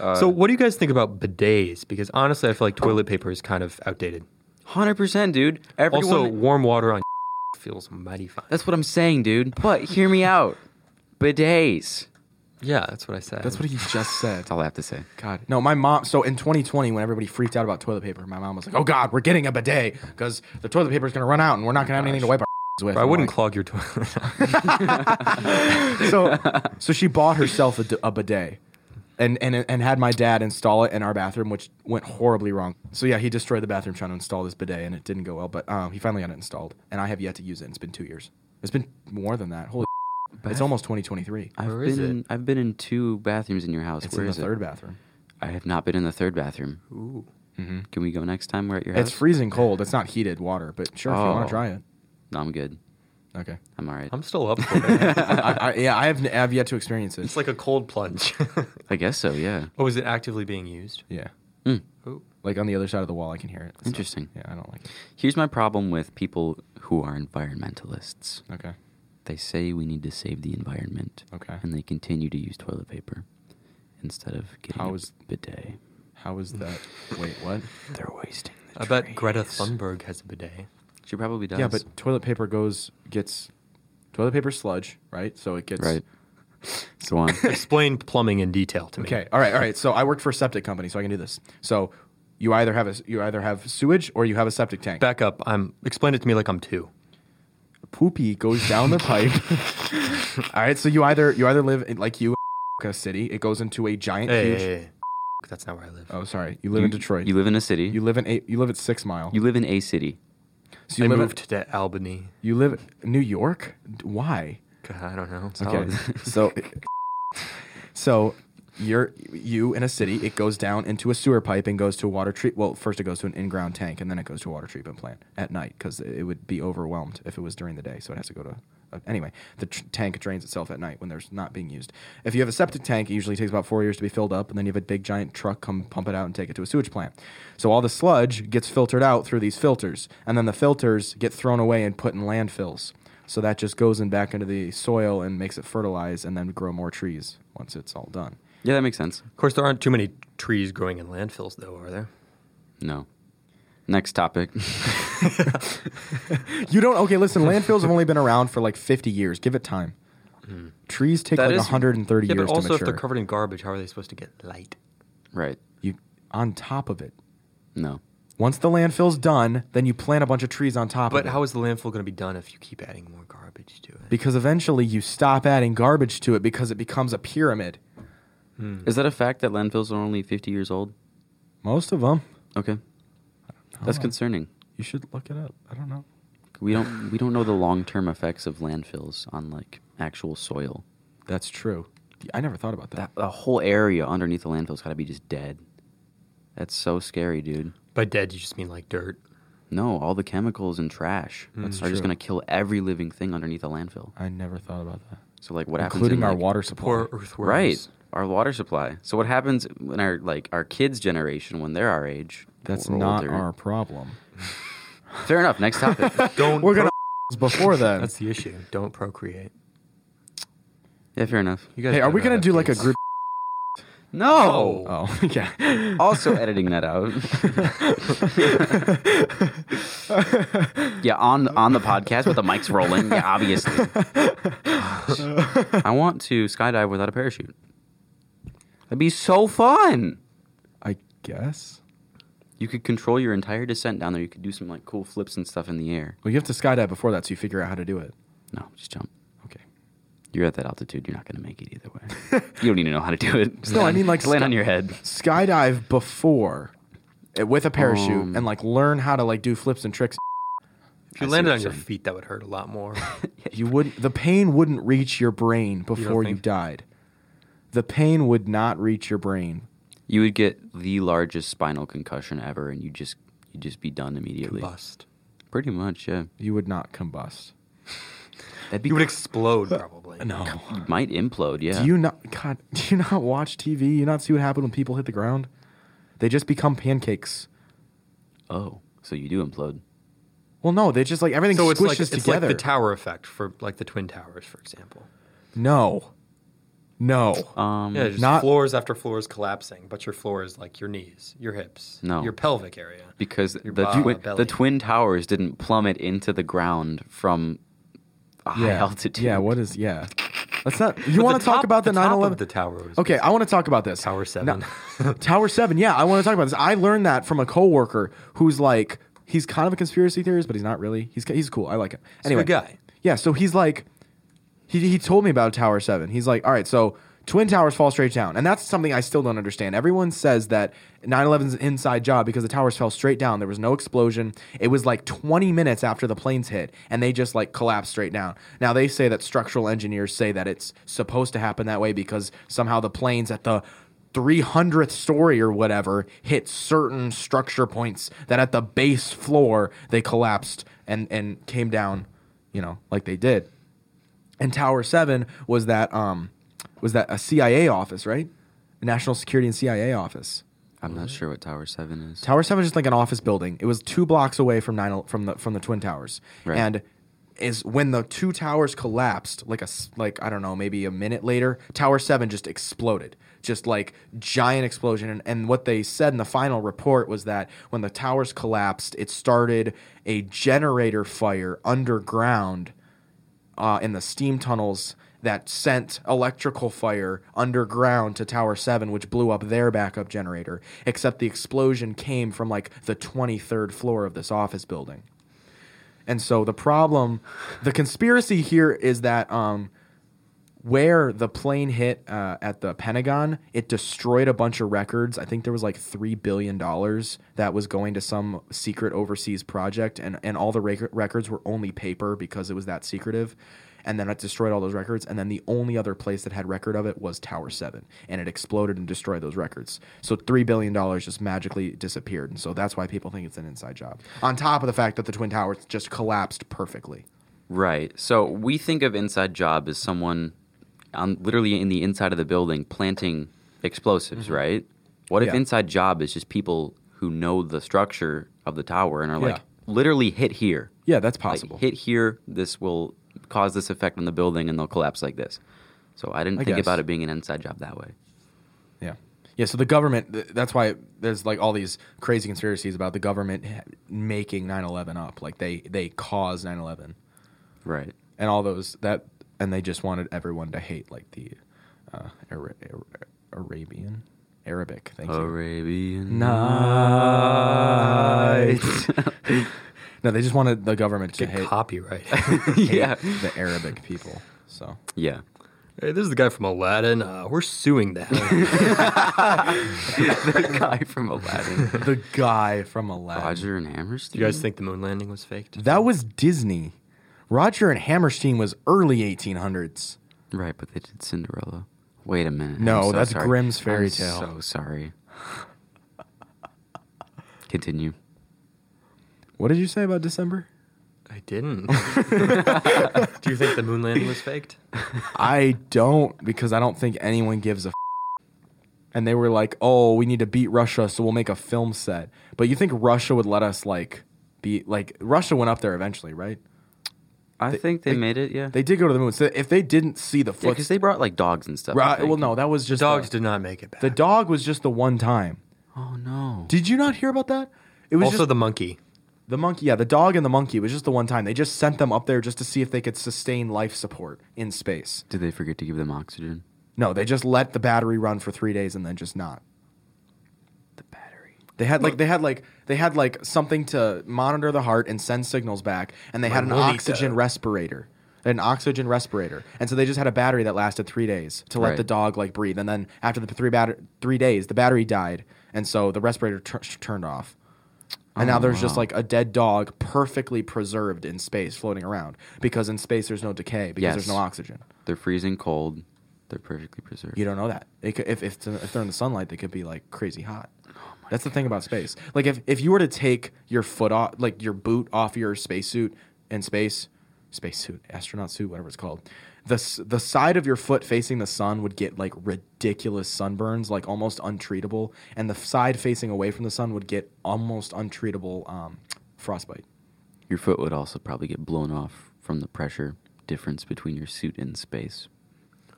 Speaker 2: Uh,
Speaker 3: so, what do you guys think about bidets? Because honestly, I feel like toilet paper is kind of outdated.
Speaker 4: Hundred percent, dude. Everyone.
Speaker 3: also, warm water on feels mighty fine.
Speaker 4: that's what I'm saying, dude. But hear me out. Bidets.
Speaker 3: yeah, that's what I said.
Speaker 2: That's what he just said.
Speaker 4: That's all I have to say.
Speaker 2: God, no, my mom. So in 2020, when everybody freaked out about toilet paper, my mom was like, "Oh God, we're getting a bidet because the toilet paper is gonna run out and we're not gonna have anything to wipe our with." And
Speaker 3: I
Speaker 2: I'm
Speaker 3: wouldn't
Speaker 2: like-
Speaker 3: clog your toilet.
Speaker 2: so so she bought herself a, d- a bidet and, and and had my dad install it in our bathroom which went horribly wrong so yeah he destroyed the bathroom trying to install this bidet and it didn't go well but um, he finally got it installed and i have yet to use it and it's been two years it's been more than that holy it's almost 2023
Speaker 4: I've
Speaker 3: Where
Speaker 4: been.
Speaker 3: is
Speaker 4: in, I've been in two bathrooms in your house.
Speaker 2: it's
Speaker 4: Where
Speaker 2: in the
Speaker 4: is
Speaker 2: third
Speaker 4: it?
Speaker 2: bathroom
Speaker 4: I have not been in the third bathroom.
Speaker 3: Ooh.
Speaker 4: Can we go next time we're at your
Speaker 2: it's
Speaker 4: house?
Speaker 2: freezing cold it's not heated water but sure if you want
Speaker 4: Oh.
Speaker 2: to try it
Speaker 4: no, I'm good.
Speaker 2: okay
Speaker 4: I'm all right.
Speaker 3: I'm still up for it.
Speaker 2: I, I, yeah i have n- i've yet to experience it
Speaker 3: it's like a cold plunge.
Speaker 4: I guess so. Yeah.
Speaker 3: oh, is it actively being used?
Speaker 2: yeah
Speaker 4: Mm.
Speaker 3: Ooh.
Speaker 2: like on the other side of the wall i can hear it It's not-
Speaker 4: Interesting.
Speaker 2: yeah i don't like it
Speaker 4: Here's my problem with people who are environmentalists.
Speaker 2: okay
Speaker 4: They say we need to save the environment,
Speaker 2: okay
Speaker 4: and they continue to use toilet paper instead of getting
Speaker 2: How
Speaker 4: a
Speaker 2: is-
Speaker 4: bidet.
Speaker 2: how is that wait what
Speaker 4: They're wasting. The
Speaker 3: I bet Greta
Speaker 4: trees.
Speaker 3: Thunberg has a bidet.
Speaker 4: She probably does.
Speaker 2: Yeah, but toilet paper goes gets toilet paper sludge, right? So it gets
Speaker 4: right. Go on.
Speaker 3: Explain plumbing in detail to me.
Speaker 2: Okay, all right, all right. So I worked for a septic company, so I can do this. So you either have a you either have sewage or you have a septic tank.
Speaker 3: Back up. I'm explain it to me like I'm two.
Speaker 2: Poopy goes down the pipe. all right, so you either you either live in, like you in a city, it goes into a giant
Speaker 3: Hey,
Speaker 2: huge.
Speaker 3: hey, hey. that's not where I live.
Speaker 2: Oh, sorry, you live in Detroit.
Speaker 4: You
Speaker 2: You,
Speaker 4: live in a city. You,
Speaker 2: live in a, you live at Six Mile.
Speaker 4: live in a city.
Speaker 2: so
Speaker 3: I
Speaker 2: you live
Speaker 3: moved
Speaker 2: At,
Speaker 3: to Albany.
Speaker 2: you live in New York. Why?
Speaker 3: God, I don't know.
Speaker 2: Okay.
Speaker 4: Oh.
Speaker 2: so so you're you in a city, it goes down into a sewer pipe and goes to a water treat well, first it goes to an in-ground tank and then it goes to a water treatment plant at night cuz it would be overwhelmed if it was during the day, so it has to go to uh, Anyway, the tr- tank drains itself at night when there's not being used. If you have a septic tank, it usually takes about four years to be filled up, and then you have a big giant truck come pump it out and take it to a sewage plant. So all the sludge gets filtered out through these filters, and then the filters get thrown away and put in landfills. So that just goes in back into the soil and makes it fertilize and then grow more trees once it's all done.
Speaker 4: Yeah, that makes sense.
Speaker 3: Of course, there aren't too many trees growing in landfills, though, are there?
Speaker 4: No. Next topic.
Speaker 2: you don't. Okay, listen. Landfills have only been around for like 50 years. Give it time. Trees take
Speaker 4: That
Speaker 2: like
Speaker 4: is-
Speaker 2: 130
Speaker 3: Yeah,
Speaker 2: years
Speaker 3: but also
Speaker 2: to
Speaker 3: if
Speaker 2: mature.
Speaker 3: they're covered in garbage, how are they supposed to get light?
Speaker 4: Right.
Speaker 2: you on top of it.
Speaker 4: No.
Speaker 2: Once the landfill's done, then you plant a bunch of trees on top
Speaker 3: But
Speaker 2: of it.
Speaker 3: how is the landfill going to be done if you keep adding more garbage to it?
Speaker 2: because eventually you stop adding garbage to it because it becomes a pyramid. Hmm.
Speaker 4: Is that a fact that landfills are only 50 years old?
Speaker 2: Most of them.
Speaker 4: Okay. That's concerning.
Speaker 2: You should look it up. I don't know.
Speaker 4: We don't we don't know the long-term effects of landfills on like actual soil.
Speaker 2: That's true. I never thought about that.
Speaker 4: That a whole area underneath the landfill's got to be just dead. That's so scary, dude.
Speaker 3: By dead, you just mean like dirt.
Speaker 4: No, all the chemicals and trash
Speaker 2: That's Mm,
Speaker 4: are just
Speaker 2: true.
Speaker 4: going to kill every living thing underneath a landfill.
Speaker 2: I never thought about that.
Speaker 4: So like what happens
Speaker 2: Including
Speaker 4: in,
Speaker 2: our
Speaker 4: like-
Speaker 2: water supply.
Speaker 3: Poor earthworms.
Speaker 4: Right. Our water supply. So what happens when our like our kids generation when they're our age?
Speaker 2: That's
Speaker 4: or
Speaker 2: not
Speaker 4: older-
Speaker 2: our problem.
Speaker 4: Fair enough. Next topic.
Speaker 3: Don't.
Speaker 2: We're gonna
Speaker 3: pro-
Speaker 2: before that.
Speaker 3: That's the issue. Don't procreate.
Speaker 4: yeah, fair enough.
Speaker 3: You guys.
Speaker 2: hey, are
Speaker 3: better
Speaker 2: we
Speaker 3: not
Speaker 2: gonna
Speaker 3: have
Speaker 2: do like a
Speaker 3: kids.
Speaker 2: group?
Speaker 4: No.
Speaker 2: Oh, yeah.
Speaker 4: Also editing that out. yeah, on on the podcast with the mics rolling. Yeah, obviously. Gosh. I want to skydive without a parachute. That'd be so fun.
Speaker 2: I guess.
Speaker 4: You could control your entire descent down there. You could do some like cool flips and stuff in the air.
Speaker 2: Well, you have to skydive before that, so you figure out how to do it.
Speaker 4: No, just jump.
Speaker 2: Okay.
Speaker 4: You're at that altitude. You're not going to make it either way. you don't need to know how to do it. Just
Speaker 2: No, I
Speaker 4: land-
Speaker 2: mean, like,
Speaker 4: just land
Speaker 2: sky-
Speaker 4: on your head.
Speaker 2: Skydive before, eh, with a parachute,
Speaker 4: Um.
Speaker 2: and like learn how to like do flips and tricks.
Speaker 3: If you
Speaker 4: I see
Speaker 3: landed
Speaker 4: what
Speaker 3: on
Speaker 4: you're
Speaker 3: your
Speaker 4: saying.
Speaker 3: feet, that would hurt a lot more.
Speaker 2: You wouldn't. The pain wouldn't reach your brain before you,
Speaker 3: think-
Speaker 2: died. The pain would not reach your brain.
Speaker 4: You would get the largest spinal concussion ever, and you just you'd just be done immediately.
Speaker 3: Bust.
Speaker 4: Pretty much, yeah.
Speaker 2: You would not combust.
Speaker 4: That'd be
Speaker 3: You would explode probably.
Speaker 2: No.
Speaker 4: you might implode. Yeah.
Speaker 2: Do you not? God, do you not watch TV? You not see what happened when people hit the ground? They just become pancakes.
Speaker 4: Oh, so you do implode.
Speaker 2: Well, no, they just like everything
Speaker 3: So
Speaker 2: squishes
Speaker 3: it's like it's like
Speaker 2: together.
Speaker 3: the tower effect for like the twin towers, for example.
Speaker 2: no, no.
Speaker 4: Um,
Speaker 3: Yeah, just
Speaker 2: Not-
Speaker 3: floors after floors collapsing, but your floor is like your knees, your hips,
Speaker 4: No.
Speaker 3: your pelvic area.
Speaker 4: because
Speaker 3: Your
Speaker 4: the
Speaker 3: bo-
Speaker 4: twin,
Speaker 3: belly.
Speaker 4: the twin towers didn't plummet into the ground from a high
Speaker 2: yeah.
Speaker 4: altitude.
Speaker 2: Yeah. What is? Yeah. Let's not.
Speaker 3: But
Speaker 2: You want to talk
Speaker 3: top-
Speaker 2: about the
Speaker 3: top
Speaker 2: 9
Speaker 3: of
Speaker 2: 11?
Speaker 3: The tower. Was
Speaker 2: Okay, I want to talk about this.
Speaker 3: Tower seven.
Speaker 2: Tower 7. Yeah, I want to talk about this. I learned that from a coworker who's like he's kind of a conspiracy theorist, but he's not really. He's he's cool. I like him.
Speaker 3: a
Speaker 2: Anyway,
Speaker 3: good guy.
Speaker 2: Yeah, so he's like he he told me about Tower 7. He's like, "All right, so Twin towers fall straight down, and that's something I still don't understand. Everyone says that 9/11's an inside job because the towers fell straight down. There was no explosion. It was like 20 minutes after the planes hit, and they just like collapsed straight down. Now they say that structural engineers say that it's supposed to happen that way because somehow the planes at the 300th story or whatever hit certain structure points that at the base floor they collapsed and and came down you know like they did and tower 7 was that um was that a cia office right a national security and cia office
Speaker 4: I'm not sure what Tower Seven is.
Speaker 2: Tower Seven is just like an office building. It was two blocks away from nine el- from the from the twin towers,
Speaker 4: Right.
Speaker 2: and is when the two towers collapsed, like a s- like I don't know, maybe a minute later, Tower Seven just exploded, just like giant explosion. And, and what they said in the final report was that when the towers collapsed, it started a generator fire underground uh, in the steam tunnels that sent electrical fire underground to Tower 7, which blew up their backup generator. Except the explosion came from like the 23rd floor of this office building. And so the problem, the conspiracy here is that um, where the plane hit uh, at the Pentagon, it destroyed a bunch of records. I think there was like three billion dollars that was going to some secret overseas project, and and all the rec- records were only paper because it was that secretive. And then it destroyed all those records. And then the only other place that had record of it was Tower Seven, and it exploded and destroyed those records. So three billion dollars just magically disappeared, and so that's why people think it's an inside job. On top of the fact that the Twin Towers just collapsed perfectly.
Speaker 4: Right. So we think of inside job as someone on literally in the inside of the building planting explosives, right? What if
Speaker 2: Mm-hmm. Yeah.
Speaker 4: inside job is just people who know the structure of the tower and are like
Speaker 2: Yeah.
Speaker 4: literally hit here.
Speaker 2: Yeah, that's
Speaker 4: Like,
Speaker 2: possible.
Speaker 4: hit here, this will cause this effect on the building and they'll collapse like this. So I didn't
Speaker 2: I
Speaker 4: think
Speaker 2: guess.
Speaker 4: about it being an inside job that way.
Speaker 2: Yeah. Yeah, so the government, th- that's why there's like all these crazy conspiracies about the government ha- making 9 11 up. Like they, they caused 9 11
Speaker 4: Right.
Speaker 2: and all those, that, and they just wanted everyone to hate like the uh, Ara- Ara- Arabian, Arabic. Thank you.
Speaker 4: Arabian.
Speaker 2: Night. no, they just wanted the government to
Speaker 3: Get
Speaker 2: hate,
Speaker 3: copyright.
Speaker 2: hate
Speaker 4: yeah.
Speaker 2: the Arabic people. So
Speaker 4: Yeah.
Speaker 3: hey, this is the guy from Aladdin. Uh, we're suing that.
Speaker 4: the guy from Aladdin.
Speaker 2: the guy from Aladdin.
Speaker 4: Roger and Hammerstein.
Speaker 3: you guys think the moon landing was faked?
Speaker 2: That was Disney. Roger and Hammerstein was early 1800s.
Speaker 4: Right, but they did Cinderella. Wait a minute.
Speaker 2: No,
Speaker 4: I'm so
Speaker 2: that's
Speaker 4: sorry.
Speaker 2: Grimm's fairy
Speaker 4: I'm
Speaker 2: tale.
Speaker 4: So sorry. Continue.
Speaker 2: What did you say about December?
Speaker 3: I didn't. Do you think the moon landing was faked?
Speaker 2: I don't because I don't think anyone gives a. F- and they were like, "Oh, we need to beat Russia, so we'll make a film set." But you think Russia would let us like be like Russia went up there eventually, right?
Speaker 4: I think they, made it. Yeah.
Speaker 2: They did go to the moon. So if they didn't see the
Speaker 4: because
Speaker 2: footsteps,
Speaker 4: they brought like dogs and stuff. I
Speaker 2: right?
Speaker 4: think.
Speaker 2: Well, no, that was just
Speaker 3: Dogs
Speaker 2: The,
Speaker 3: did not make it back.
Speaker 2: the dog was just the one time.
Speaker 4: Oh no.
Speaker 2: Did you not hear about that? It was
Speaker 3: also,
Speaker 2: just
Speaker 3: the monkey.
Speaker 2: the monkey. Yeah, the dog and the monkey it was just the one time. They just sent them up there just to see if they could sustain life support in space.
Speaker 4: Did they forget to give them oxygen?
Speaker 2: No, they just let the battery run for three days and then just not.
Speaker 4: The battery.
Speaker 2: They had like they had like they had like something to monitor the heart and send signals back, and they had an
Speaker 3: Mamonita.
Speaker 2: oxygen respirator, They had an oxygen respirator, and so they just had a battery that lasted three days to let
Speaker 4: Right.
Speaker 2: the dog like breathe, and then after the three batter- three days, the battery died, and so the respirator tur- sh- turned off, and now there's just
Speaker 4: Oh, wow.
Speaker 2: like a dead dog perfectly preserved in space floating around because in space there's no decay because there's
Speaker 4: Yes.
Speaker 2: no oxygen.
Speaker 4: They're freezing cold. They're perfectly preserved.
Speaker 2: You don't know that. It could, if, if, it's- if they're in the sunlight, they could be like crazy hot. That's the thing about space. Like if, if you were to take your foot off, like your boot off your spacesuit in space, spacesuit, astronaut suit, whatever it's called, the s- the side of your foot facing the sun would get like ridiculous sunburns, like almost untreatable, and the side facing away from the sun would get almost untreatable um, frostbite.
Speaker 4: Your foot would also probably get blown off from the pressure difference between your suit and space.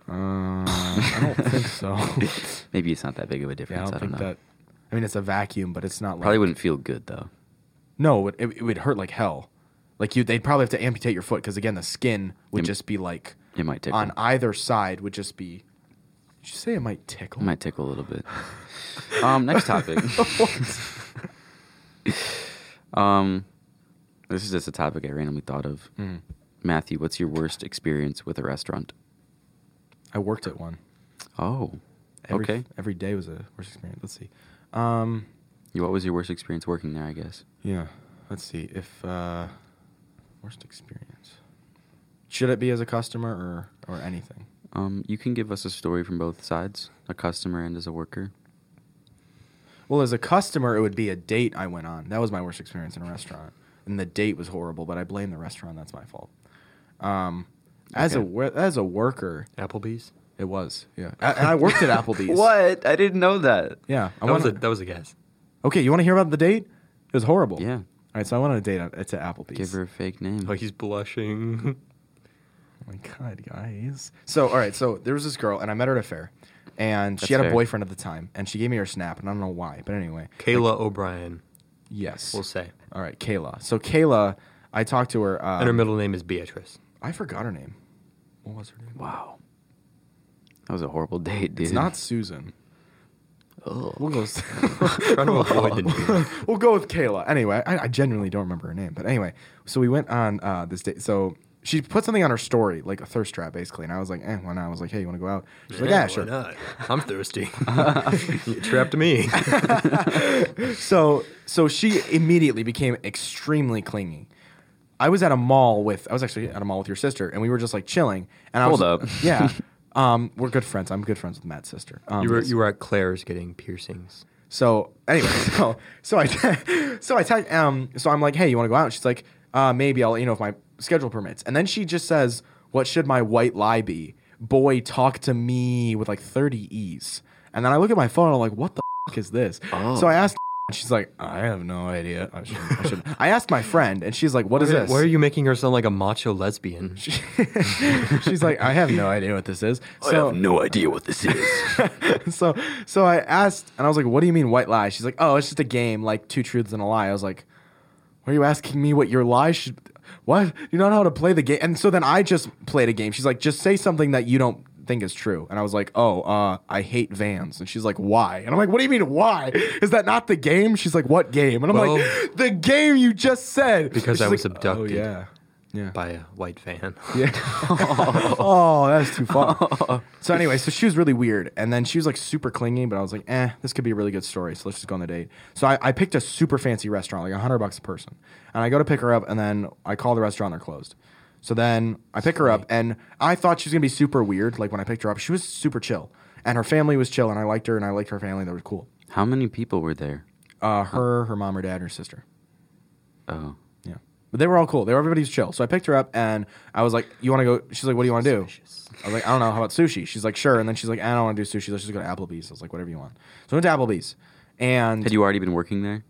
Speaker 2: Uh, I don't think so.
Speaker 4: Maybe it's not that big of
Speaker 2: yeah,
Speaker 4: a
Speaker 2: I
Speaker 4: difference.
Speaker 2: don't
Speaker 4: I don't,
Speaker 2: think
Speaker 4: know.
Speaker 2: that. I mean, it's a vacuum, but it's not like
Speaker 4: Probably wouldn't feel good though.
Speaker 2: No, it, it, it would hurt like hell. Like you, they'd probably have to amputate your foot because again, the skin would
Speaker 4: It-
Speaker 2: just be like
Speaker 4: It might tickle.
Speaker 2: on either side would just be. Did you say it might tickle?
Speaker 4: It might tickle a little bit. um, next topic. um, this is just a topic I randomly thought of.
Speaker 2: Hmm.
Speaker 4: Matthew, what's your worst experience with a restaurant?
Speaker 2: I worked at one.
Speaker 4: Oh,
Speaker 2: Every,
Speaker 4: okay.
Speaker 2: Every day was a worst experience. Let's see. Um,
Speaker 4: What was your worst experience working there? I guess.
Speaker 2: yeah. Let's see if uh, worst experience. Should it be as a customer or or anything?
Speaker 4: Um, you can give us a story from both sides, a customer and as a worker.
Speaker 2: Well, as a customer, it would be a date I went on. That was my worst experience in a restaurant, and the date was horrible. But I blame the restaurant. That's my fault. Um, as a
Speaker 4: Okay.
Speaker 2: wor- as a worker,
Speaker 3: Applebee's.
Speaker 2: it was yeah. A- and I worked at Applebee's.
Speaker 4: What? I didn't know that.
Speaker 2: Yeah, I
Speaker 3: That was, a,
Speaker 2: went on-
Speaker 3: that was a guess.
Speaker 2: okay, you want to hear about the date? It was horrible.
Speaker 4: Yeah.
Speaker 2: All right, so I went on a date at, to Applebee's.
Speaker 4: Give her a fake name.
Speaker 3: Oh, he's blushing.
Speaker 2: Oh my god, guys. So all right, so there was this girl, and I met her at a fair, and
Speaker 4: That's
Speaker 2: she had
Speaker 4: fair.
Speaker 2: a boyfriend at the time, and she gave me her snap, and I don't know why, but anyway.
Speaker 3: Kayla O'Brien,
Speaker 2: Yes.
Speaker 3: we'll say.
Speaker 2: all right, Kayla. So Kayla, I talked to her. Um,
Speaker 3: and her middle name is Beatrice.
Speaker 2: I forgot her name. What was her name?
Speaker 4: Wow. That was a horrible date, dude.
Speaker 2: It's not Susan. We'll go. With,
Speaker 3: Trying to avoid the name.
Speaker 2: we'll go with Kayla. Anyway, I, I genuinely don't remember her name, but anyway, so we went on uh, this date. So she put something on her story, like a thirst trap, basically, and I was like, eh, why not? I was like, hey, you want to go out? She's like, yeah,
Speaker 3: why
Speaker 2: sure.
Speaker 3: not? I'm thirsty. you trapped me.
Speaker 2: So so she immediately became extremely clingy. I was at a mall with I was actually at a mall with your sister, and we were just like chilling. And I
Speaker 4: Hold
Speaker 2: was,
Speaker 4: up.
Speaker 2: yeah. Um, we're good friends. I'm good friends with Matt's sister. Um,
Speaker 3: you were you were at Claire's getting piercings.
Speaker 2: So anyway, so so I te- so I text um so I'm like, hey, you want to go out? And she's like, uh, maybe I'll let you know if my schedule permits. And then she just says, what should my white lie be? Boy, talk to
Speaker 3: Oh.
Speaker 2: me with like 30 e's. And then I look at my phone. and I'm like, what the f- is this? So I asked She's like, I have no idea. I should. I, should. I asked my friend, and she's like, "What is this?"
Speaker 3: Why are you making her sound like a macho lesbian?
Speaker 2: she's like, "I have no idea what this is."
Speaker 3: Oh,
Speaker 2: So,
Speaker 1: no idea what this is.
Speaker 2: so, so I asked, and I was like, "What do you mean white lie?" She's like, "Oh, it's just a game, like two truths and a lie." I was like, "Why are you asking me what your lie should? What you don't know how to play the game?" And so then I just played a game. She's like, "Just say something that you don't." think is true and i was like oh uh i hate vans and she's like why and i'm like what do you mean why is that not the game she's like what game and i'm
Speaker 3: Well-
Speaker 2: like the game you just said
Speaker 3: Because
Speaker 2: She's
Speaker 3: I was
Speaker 2: like,
Speaker 3: abducted.
Speaker 2: oh yeah yeah
Speaker 3: By a white van.
Speaker 2: yeah. oh, that's too far. so anyway, so she was really weird, and then she was like super clingy, but I was like, eh, this could be a really good story. So let's just go on the date. So I, I picked a super fancy restaurant, like hundred bucks a person, and I go to pick her up, and then I call the restaurant, they're closed. So then I pick her up, and I thought she was gonna be super weird. Like when I picked her up, she was super chill, and her family was chill, and I liked her, and I liked her family. They were cool.
Speaker 4: How many people were there?
Speaker 2: Uh, her, her mom, her dad, and her sister.
Speaker 4: Oh,
Speaker 2: Yeah. But they were all cool. They were everybody's chill. So I picked her up and I was like, You wanna go she's like, What do you wanna do? I was like, I don't know, how about sushi? She's like, sure. And then she's like, I don't wanna do sushi, let's just go to Applebee's. I was like, whatever you want. So we went to Applebee's. And
Speaker 4: had you already been working there?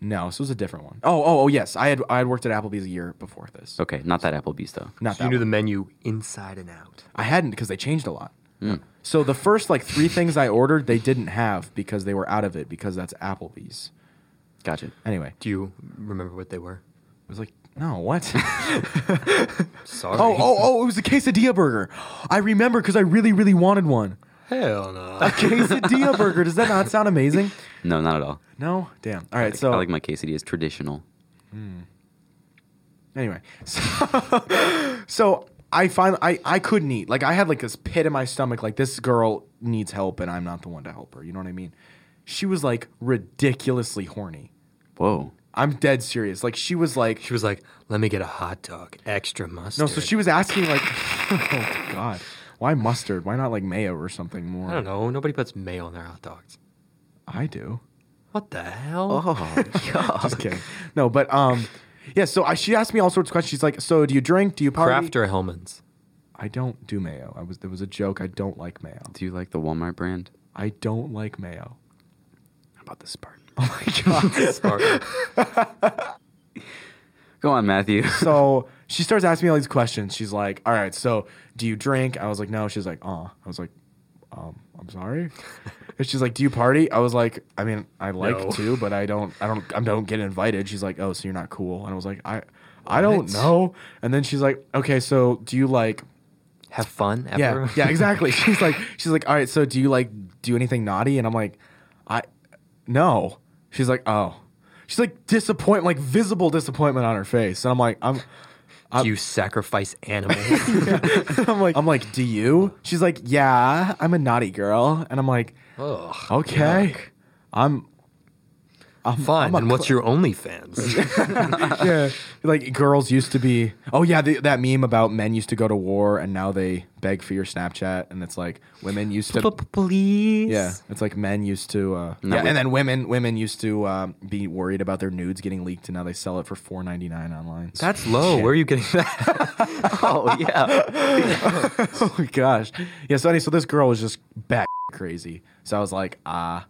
Speaker 2: no, this was a different one. Oh, oh, oh yes. I had I had worked at Applebee's a year before this.
Speaker 4: Okay, not that Applebee's though.
Speaker 2: Not that
Speaker 3: So you knew
Speaker 2: one.
Speaker 3: the menu inside and out.
Speaker 2: I hadn't because they changed a lot. So the first like three things I ordered they didn't have because they were out of it because that's Applebee's.
Speaker 4: Gotcha.
Speaker 2: Anyway.
Speaker 3: Do you remember what they were?
Speaker 2: I was like, no, what?
Speaker 3: Sorry.
Speaker 2: oh, oh, oh, it was a quesadilla burger. I remember because I really, really wanted one.
Speaker 3: Hell no.
Speaker 2: A quesadilla burger. Does that not sound amazing?
Speaker 4: No, not at all.
Speaker 2: No? Damn. All right. So,
Speaker 4: I like my quesadillas traditional.
Speaker 2: anyway, so, so I finally, I, I couldn't eat. Like, I had like this pit in my stomach. Like, this girl needs help, and I'm not the one to help her. You know what I mean? She was like ridiculously horny.
Speaker 4: Whoa.
Speaker 2: I'm dead serious. Like, she was like,
Speaker 3: She was like, let me get a hot dog, extra mustard.
Speaker 2: no, so she was asking, like, oh, God, why mustard? Why not like mayo or something more?
Speaker 3: I don't know. Nobody puts mayo on their hot dogs.
Speaker 2: I do.
Speaker 3: What the hell?
Speaker 4: Oh,
Speaker 2: Just kidding. No, but, um, yeah, so I, she asked me all sorts of questions. She's like, so do you drink? Do you party?
Speaker 3: Kraft or Hellman's?
Speaker 2: I don't do mayo. I was there was a joke. I don't like mayo.
Speaker 4: do you like the Walmart brand?
Speaker 2: I don't like mayo.
Speaker 4: How about the Spartan?
Speaker 2: Oh my god.
Speaker 3: Spartan.
Speaker 4: Go on, Matthew.
Speaker 2: so she starts asking me all these questions. She's like, "All right, so do you drink?" I was like, "No." She's like, "Uh." I was like, um, "I'm sorry." and she's like, "Do you party?" I was like, "I mean, I like
Speaker 3: No.
Speaker 2: to, but I don't. I don't. I don't get invited." She's like, "Oh, so you're not cool?" And I was like, "I, I don't
Speaker 3: What?
Speaker 2: know." And then she's like, "Okay, so do you like?"
Speaker 3: Have fun ever?
Speaker 2: Yeah, yeah, exactly. She's like, she's like, all right. So do you like do anything naughty? And I'm like, I no. She's like, oh. She's like disappoint, like visible disappointment on her face, and I'm like, I'm,
Speaker 3: Do you sacrifice animals?
Speaker 2: I'm like, I'm like, do you? She's like, yeah, I'm a naughty girl, and I'm like,
Speaker 3: Ugh.
Speaker 2: okay, I'm
Speaker 3: Fine. And what's your OnlyFans?
Speaker 2: yeah. Like girls used to be. Oh yeah, the, that meme about men used to go to war and now they beg for your Snapchat, and it's like women used to.
Speaker 3: Please.
Speaker 2: Yeah, it's like men used to, uh,
Speaker 4: No,
Speaker 2: yeah,
Speaker 4: we-
Speaker 2: and then women women used to um, be worried about their nudes getting leaked, and now they sell it for four ninety nine online.
Speaker 3: That's low. Where are you getting that?
Speaker 4: oh yeah.
Speaker 2: oh my gosh, yeah. So anyway, so this girl was just bat crazy. So I was like, ah.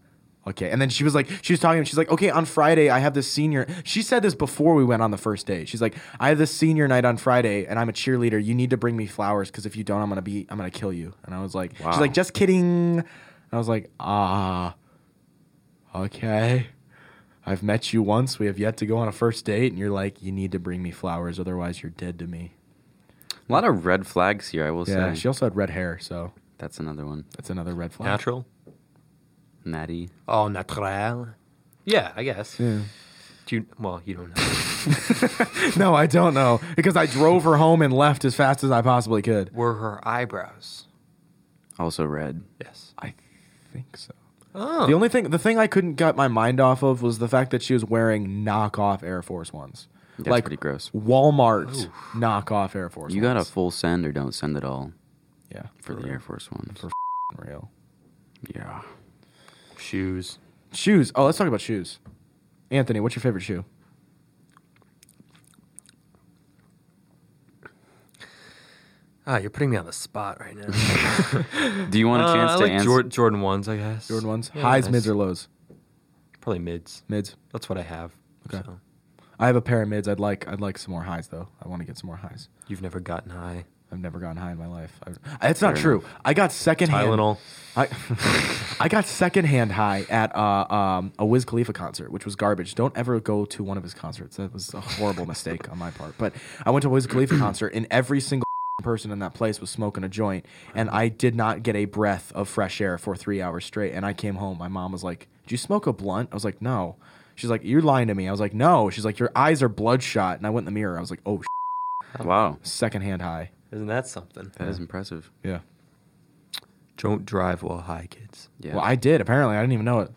Speaker 2: Okay, and then she was like, she was talking. She's like, okay, on Friday I have this senior. She said this before we went on the first date. She's like, I have this senior night on Friday, and I'm a cheerleader. You need to bring me flowers because if you don't, I'm gonna be, I'm gonna kill you. And I was like, she's
Speaker 4: Wow.
Speaker 2: like, just kidding. And I was like, ah, okay. I've met you once. We have yet to go on a first date, and you're like, you need to bring me flowers, otherwise you're dead to me.
Speaker 4: A lot of red flags here, I will
Speaker 2: Yeah.
Speaker 4: say.
Speaker 2: She also had red hair, so
Speaker 4: That's another one.
Speaker 2: that's another red flag.
Speaker 3: Natural.
Speaker 4: Natty.
Speaker 3: Oh, natural. Yeah, I guess. Do you, well, you don't know.
Speaker 2: no, I don't know because I drove her home and left as fast as I possibly could.
Speaker 3: Were her eyebrows?
Speaker 4: Also red.
Speaker 3: Yes.
Speaker 2: I think so.
Speaker 3: Oh.
Speaker 2: The only thing, the thing I couldn't get my mind off of was the fact that she was wearing knockoff Air Force Ones,
Speaker 4: That's
Speaker 2: like
Speaker 4: pretty gross.
Speaker 2: Walmart knockoff Air Force.
Speaker 4: You got a
Speaker 2: Ones.
Speaker 4: full send or don't send at all
Speaker 2: yeah
Speaker 4: for the Air Force One.
Speaker 2: For- real
Speaker 4: yeah.
Speaker 3: Shoes.
Speaker 2: shoes. Oh, let's talk about shoes. Anthony, what's your favorite shoe?
Speaker 3: Ah, you're putting me on the spot right now.
Speaker 4: Do you want a
Speaker 3: Uh,
Speaker 4: chance
Speaker 3: I
Speaker 4: to
Speaker 3: like
Speaker 4: answer?
Speaker 3: Jor- Jordan ones, I guess.
Speaker 2: Jordan ones,
Speaker 3: Yeah,
Speaker 2: highs,
Speaker 3: nice.
Speaker 2: mids, or lows?
Speaker 3: Probably mids.
Speaker 2: Mids.
Speaker 3: That's what I have.
Speaker 2: Okay.
Speaker 3: So.
Speaker 2: I have a pair of mids. I'd like I'd like some more highs though. I want to get some more highs.
Speaker 3: You've never gotten high.
Speaker 2: I've never gotten high in my life. I, it's not
Speaker 4: Fair
Speaker 2: true. I got secondhand.
Speaker 3: Tylenol.
Speaker 2: I, I got secondhand high at uh, um, a Wiz Khalifa concert, which was garbage. Don't ever go to one of his concerts. That was a horrible mistake on my part. But I went to a Wiz Khalifa concert, and every single person in that place was smoking a joint, and I did not get a breath of fresh air for three hours straight. And I came home. My mom was like, "Did you smoke a blunt?" I was like, "No." She's like, "You're lying to me." I was like, "No." She's like, "Your eyes are bloodshot." And I went in the mirror. I was like, "Oh,
Speaker 4: Wow.
Speaker 2: secondhand high."
Speaker 3: Isn't that something?
Speaker 4: That is impressive.
Speaker 2: Yeah.
Speaker 3: Don't drive while high, kids.
Speaker 4: Yeah.
Speaker 2: Well, I did. Apparently, I didn't even know it.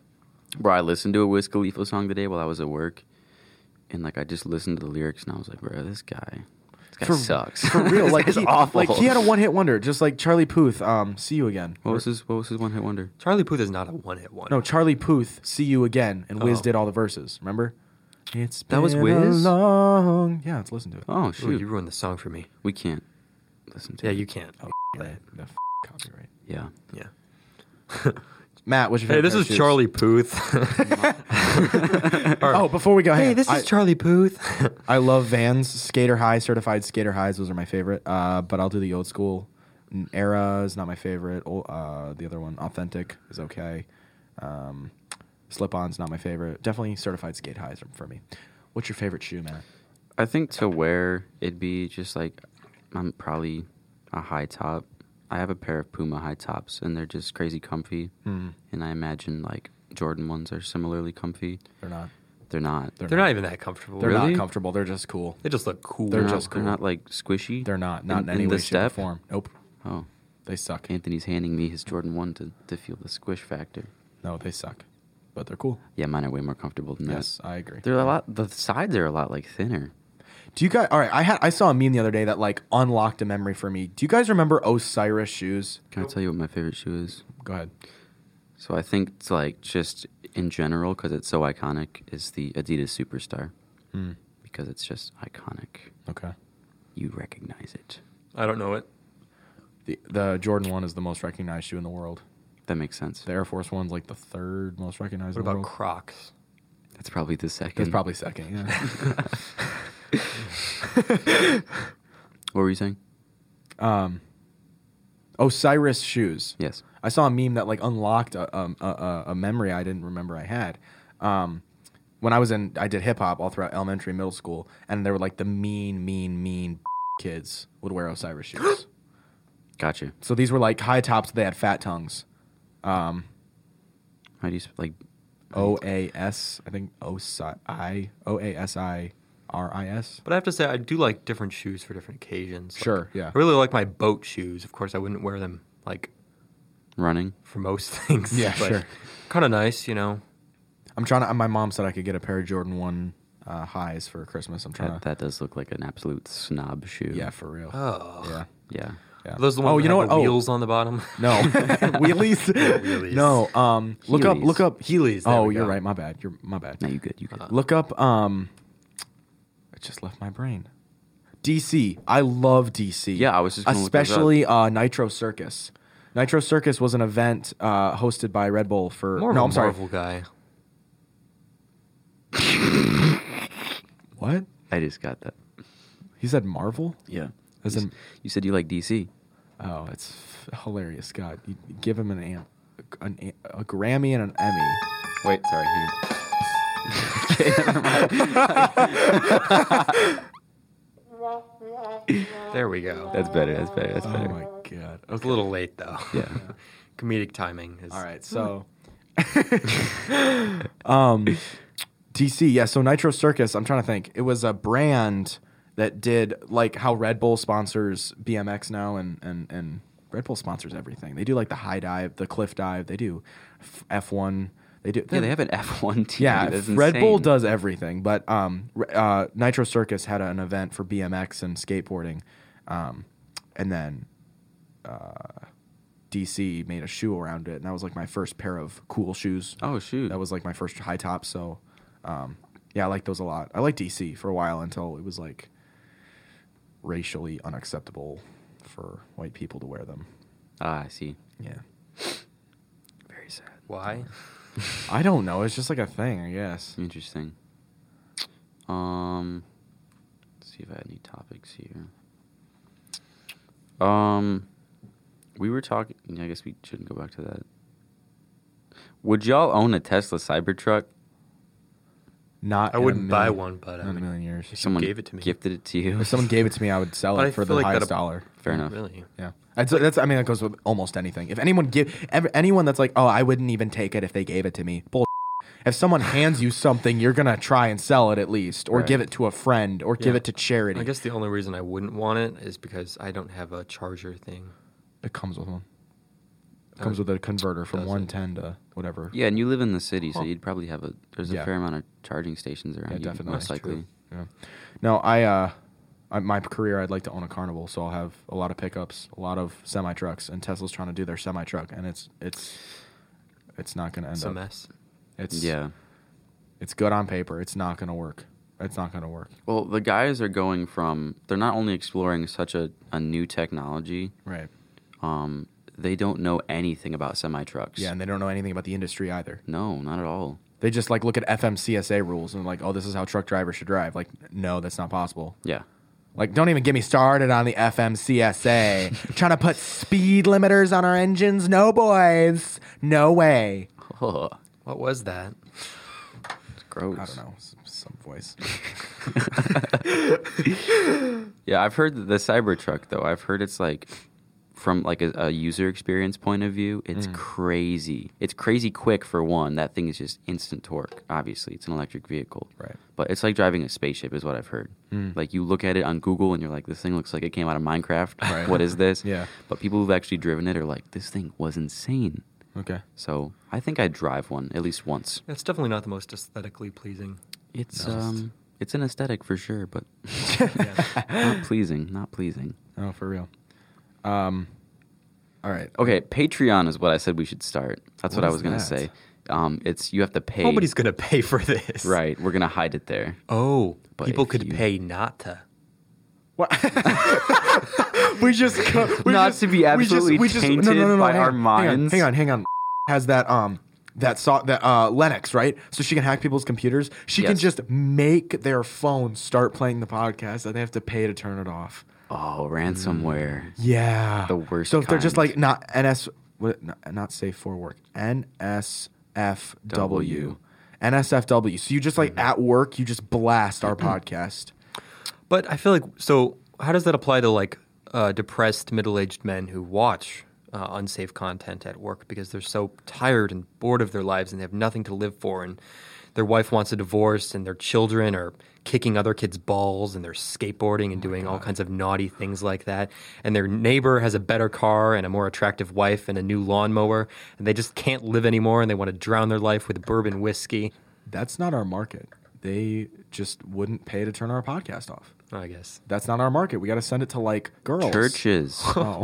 Speaker 4: Bro, I listened to a Wiz Khalifa song today while I was at work, and like I just listened to the lyrics and I was like, bro, this guy, this guy
Speaker 2: For-
Speaker 4: sucks.
Speaker 2: For real,
Speaker 4: This
Speaker 2: like
Speaker 4: guy's
Speaker 2: he,
Speaker 4: awful.
Speaker 2: Like he had a one-hit wonder, just like Charlie Puth. Um, see you again.
Speaker 4: what was his What was his one hit wonder?
Speaker 3: Charlie Puth is not a one hit one.
Speaker 2: No, Charlie Puth. See you again, and Wiz
Speaker 3: Oh.
Speaker 2: did all the verses. Remember? It's
Speaker 4: That was Wiz?
Speaker 2: A long... Yeah, let's listen to it.
Speaker 4: Oh
Speaker 3: Ooh,
Speaker 4: shoot,
Speaker 3: you ruined the song for me.
Speaker 4: we can't listen to.
Speaker 3: Yeah,
Speaker 4: it.
Speaker 3: you can't.
Speaker 2: The, the f- copyright.
Speaker 4: Yeah.
Speaker 3: Yeah.
Speaker 2: Matt, what's your
Speaker 3: Hey,
Speaker 2: favorite
Speaker 3: this
Speaker 2: pair of
Speaker 3: is
Speaker 2: shoes?
Speaker 3: Charlie Puth. Or-
Speaker 2: Oh, before we go, hang
Speaker 3: hey,
Speaker 2: on.
Speaker 3: this
Speaker 2: I,
Speaker 3: is Charlie Puth.
Speaker 2: I love Vans, Skater High, certified Skater Highs. Those are my favorite. Uh, but I'll do the old school. N- Era is not my favorite. Ol- uh, the other one, Authentic, is okay. Um, Slip On's not my favorite. Definitely certified skate highs are for me. What's your favorite shoe, man?
Speaker 4: I think to wear it'd be just like I'm probably a high top. I have a pair of Puma high tops and they're just crazy comfy.
Speaker 2: Mhm.
Speaker 4: And I imagine like Jordan ones are similarly comfy.
Speaker 2: They're not.
Speaker 4: They're not.
Speaker 2: They're
Speaker 3: They're not even that comfortable.
Speaker 2: They're
Speaker 4: Really?
Speaker 2: not comfortable. They're just cool.
Speaker 3: They just look cool.
Speaker 2: They're
Speaker 4: not-
Speaker 2: just cool.
Speaker 4: They're not like squishy.
Speaker 2: They're not. Not in, any
Speaker 4: in
Speaker 2: way,
Speaker 4: the
Speaker 2: shape, or
Speaker 4: step?
Speaker 2: form. Nope.
Speaker 4: Oh,
Speaker 2: They suck.
Speaker 4: Anthony's handing me his Jordan one to, to feel the squish factor.
Speaker 2: No, they suck. But they're cool.
Speaker 4: Yeah, mine are way more comfortable than
Speaker 2: Yes,
Speaker 4: this.
Speaker 2: I agree.
Speaker 4: They're a lot. The sides are a lot like thinner.
Speaker 2: Do you guys? All right, I had I saw a meme the other day that like unlocked a memory for me. Do you guys remember Osiris shoes?
Speaker 4: Can I tell you what my favorite shoe is?
Speaker 2: Go ahead.
Speaker 4: So I think it's like just in general because it's so iconic is the Adidas Superstar
Speaker 2: Hmm.
Speaker 4: because it's just iconic.
Speaker 2: Okay.
Speaker 4: You recognize it.
Speaker 3: I don't know it.
Speaker 2: The the Jordan one is the most recognized shoe in the world.
Speaker 4: That makes sense.
Speaker 2: The Air Force one's like the third most recognized.
Speaker 3: What
Speaker 2: in the
Speaker 3: about
Speaker 2: world.
Speaker 3: Crocs?
Speaker 4: That's probably the second.
Speaker 2: It's probably second. Yeah.
Speaker 4: What were you saying?
Speaker 2: um, Osiris shoes.
Speaker 4: Yes.
Speaker 2: I saw a meme that like unlocked a, um, a, a, a memory I didn't remember I had. Um, when I was in, I did hip hop all throughout elementary, and middle school, and they were like the mean, mean, mean kids would wear Osiris shoes.
Speaker 4: Gotcha.
Speaker 2: so these were like high tops. They had fat tongues. Um,
Speaker 4: How do you sp- like?
Speaker 2: O A S, I think O S I O A S I R I S.
Speaker 3: But I have to say, I do like different shoes for different occasions. Like,
Speaker 2: Sure, yeah.
Speaker 3: I really like my boat shoes. Of course, I wouldn't wear them like
Speaker 4: Running.
Speaker 3: for most things.
Speaker 2: Yeah, sure.
Speaker 3: Kind of nice, you know.
Speaker 2: I'm trying to. My mom said I could get a pair of Jordan One uh, highs for Christmas. I'm trying
Speaker 4: That,
Speaker 2: to.
Speaker 4: that does look like an absolute snob shoe.
Speaker 2: Yeah, for real.
Speaker 3: Oh,
Speaker 2: yeah,
Speaker 4: Yeah.
Speaker 2: yeah.
Speaker 3: Are those the
Speaker 2: Oh,
Speaker 3: ones.
Speaker 2: you know what?
Speaker 3: The
Speaker 2: Oh.
Speaker 3: Wheels on the bottom.
Speaker 2: No, wheelies.
Speaker 3: wheelies.
Speaker 2: No, um, look up,
Speaker 4: Heelys.
Speaker 2: look up
Speaker 3: Heelys, there
Speaker 2: Oh,
Speaker 3: we
Speaker 2: you're
Speaker 3: go.
Speaker 2: right. My bad. You're my bad.
Speaker 4: No, you good. You good.
Speaker 2: Look up. Um, it just left my brain. DC. I love DC.
Speaker 4: Yeah, I was just gonna look those up.
Speaker 2: especially uh, Nitro Circus. Nitro Circus was an event uh, hosted by Red Bull for.
Speaker 3: More of
Speaker 2: no,
Speaker 3: a
Speaker 2: I'm sorry.
Speaker 3: Marvel guy.
Speaker 2: What
Speaker 4: I just got that.
Speaker 2: he said? Marvel.
Speaker 4: Yeah.
Speaker 2: As
Speaker 4: you, s-
Speaker 2: in-
Speaker 4: you said you like DC.
Speaker 2: Oh, it's f- hilarious, God. You you give him an, an, an an- a Grammy and an Emmy.
Speaker 4: Wait, sorry. Hang on.
Speaker 3: There we go.
Speaker 4: That's better. That's better. That's better.
Speaker 2: Oh my God.
Speaker 3: I was a little late though.
Speaker 4: Yeah.
Speaker 3: Comedic timing is.
Speaker 2: All right, so
Speaker 4: Hmm.
Speaker 2: um DC, yeah, so Nitro Circus, I'm trying to think. It was a brand that did like how Red Bull sponsors BMX now and and and Red Bull sponsors everything. They do like the high dive, the cliff dive, they do f- F1, they do
Speaker 4: Yeah, they have an F1 team.
Speaker 2: yeah,
Speaker 4: That's
Speaker 2: Red Bull
Speaker 4: insane.
Speaker 2: does everything, but um, r- uh, Nitro Circus had an event for BMX and skateboarding, um, and then uh, DC made a shoe around it, and that was like my first pair of cool shoes.
Speaker 4: Oh shoot.
Speaker 2: That was like my first high top. So, um, yeah, I like those a lot. I liked DC for a while until it was like racially unacceptable for white people to wear them.
Speaker 4: Ah, I see.
Speaker 2: Yeah,
Speaker 4: Very sad.
Speaker 3: Why?
Speaker 2: I don't know. It's just like a thing, I guess.
Speaker 4: Interesting. Um, let's see if I had any topics here. Um, we were talking. I guess we shouldn't go back to that. Would y'all own a Tesla Cybertruck?
Speaker 2: Not.
Speaker 3: I
Speaker 2: in a
Speaker 3: wouldn't buy
Speaker 2: million-
Speaker 3: one, but I
Speaker 2: Not in a
Speaker 3: mean,
Speaker 2: million years.
Speaker 3: if
Speaker 4: Someone
Speaker 3: gave it to me.
Speaker 4: Gifted it to you.
Speaker 2: If someone gave it to me, I would sell
Speaker 3: But I
Speaker 2: it for the
Speaker 3: feel like
Speaker 2: highest
Speaker 3: that'll-
Speaker 2: dollar.
Speaker 4: Fair enough.
Speaker 3: Really?
Speaker 2: Yeah, that's, that's. I mean, that goes with almost anything. If anyone give ever, anyone that's like, oh, I wouldn't even take it if they gave it to me. Bull. If someone hands you something, you're gonna try and sell it at least, or
Speaker 4: Right.
Speaker 2: give it to a friend, or give
Speaker 3: Yeah.
Speaker 2: it to charity.
Speaker 3: I guess the only reason I wouldn't want it is because I don't have a charger thing.
Speaker 2: it comes with one. It comes with a converter from
Speaker 3: does it?
Speaker 2: 110 to whatever.
Speaker 4: Yeah, and you live in the city, so
Speaker 3: Huh.
Speaker 4: you'd probably have a. There's a
Speaker 2: Yeah.
Speaker 4: fair amount of charging stations around.
Speaker 2: Yeah,
Speaker 4: you,
Speaker 2: definitely.
Speaker 4: Most
Speaker 2: That's
Speaker 4: likely.
Speaker 2: true. Yeah. No, I, uh, I, my career, I'd like to own a carnival, so I'll have a lot of pickups, a lot of semi trucks, and Tesla's trying to do their semi truck, and it's it's it's not going to end
Speaker 3: It's a
Speaker 2: up.
Speaker 3: mess.
Speaker 2: It's
Speaker 4: Yeah.
Speaker 2: It's good on paper. It's not going to work. It's not going to work.
Speaker 4: Well, the guys are going from. They're not only exploring such a, a new technology.
Speaker 2: Right.
Speaker 4: Um, they don't know anything about semi trucks.
Speaker 2: Yeah, and they don't know anything about the industry either.
Speaker 4: No, not at all.
Speaker 2: They just like look at FMCSA rules and like, oh, this is how truck drivers should drive. Like, no, that's not possible.
Speaker 4: Yeah.
Speaker 2: Like, don't even get me started on the FMCSA. Trying to put speed limiters on our engines? No, boys. No way.
Speaker 4: Oh,
Speaker 3: What was that?
Speaker 4: it's gross.
Speaker 2: I don't know. s- Some voice.
Speaker 4: Yeah, I've heard that the Cybertruck though. I've heard it's like from like a, a user experience point of view, it's crazy. It's crazy quick for one. That thing is just instant torque. Obviously, it's an electric vehicle.
Speaker 2: Right.
Speaker 4: But it's like driving a spaceship is what I've heard. Like you look at it on Google and you're like this thing looks like it came out of Minecraft.
Speaker 2: Right.
Speaker 4: What is this?
Speaker 2: Yeah.
Speaker 4: But people who've actually driven it are like this thing was insane.
Speaker 2: Okay.
Speaker 4: So, I think I'd drive one at least once.
Speaker 3: It's definitely not the most aesthetically pleasing.
Speaker 4: It's
Speaker 2: No.
Speaker 4: um it's an aesthetic for sure, but not pleasing, not pleasing.
Speaker 2: Oh, for real. Um. All right.
Speaker 4: Okay, Patreon is what I said we should start. That's what,
Speaker 2: What
Speaker 4: I
Speaker 2: is
Speaker 4: was gonna
Speaker 2: that?
Speaker 4: say. Um, it's you have to pay.
Speaker 3: Nobody's gonna pay for this,
Speaker 4: right. We're gonna hide it there.
Speaker 3: Oh,
Speaker 4: But
Speaker 3: people
Speaker 4: if
Speaker 3: could
Speaker 4: you-
Speaker 3: pay not to.
Speaker 2: we just co- we
Speaker 4: Not
Speaker 2: just-
Speaker 4: to be
Speaker 2: we just-
Speaker 4: absolutely
Speaker 2: we just,
Speaker 4: tainted
Speaker 2: no, no, no, no,
Speaker 4: by
Speaker 2: hang
Speaker 4: our
Speaker 2: on,
Speaker 4: minds.
Speaker 2: Hang on, hang on. Has that um that saw that uh Linux right? So she can hack people's computers. She can
Speaker 4: Yes.
Speaker 2: just make their phone start playing the podcast, and they have to pay to turn it off.
Speaker 4: Oh, ransomware.
Speaker 2: Yeah,
Speaker 4: The worst
Speaker 2: So if they're just
Speaker 4: kind.
Speaker 2: like not NS, what, not, not safe for work, NSFW,
Speaker 4: W.
Speaker 2: NSFW. So you just
Speaker 4: Mm-hmm.
Speaker 2: like at work, you just blast our podcast.
Speaker 3: But I feel like so. How does that apply to like uh, depressed middle-aged men who watch uh, unsafe content at work because they're so tired and bored of their lives and they have nothing to live for and their wife wants a divorce and their children are kicking other kids' balls and they're skateboarding and doing all kinds of naughty things like that and their neighbor has a better car and a more attractive wife and a new lawnmower and they just can't live anymore and they want to drown their life with bourbon whiskey.
Speaker 2: That's not our market. They just wouldn't pay to turn our podcast off.
Speaker 3: I guess.
Speaker 2: That's not our market. We got to send it to like girls.
Speaker 4: Churches.
Speaker 2: Oh,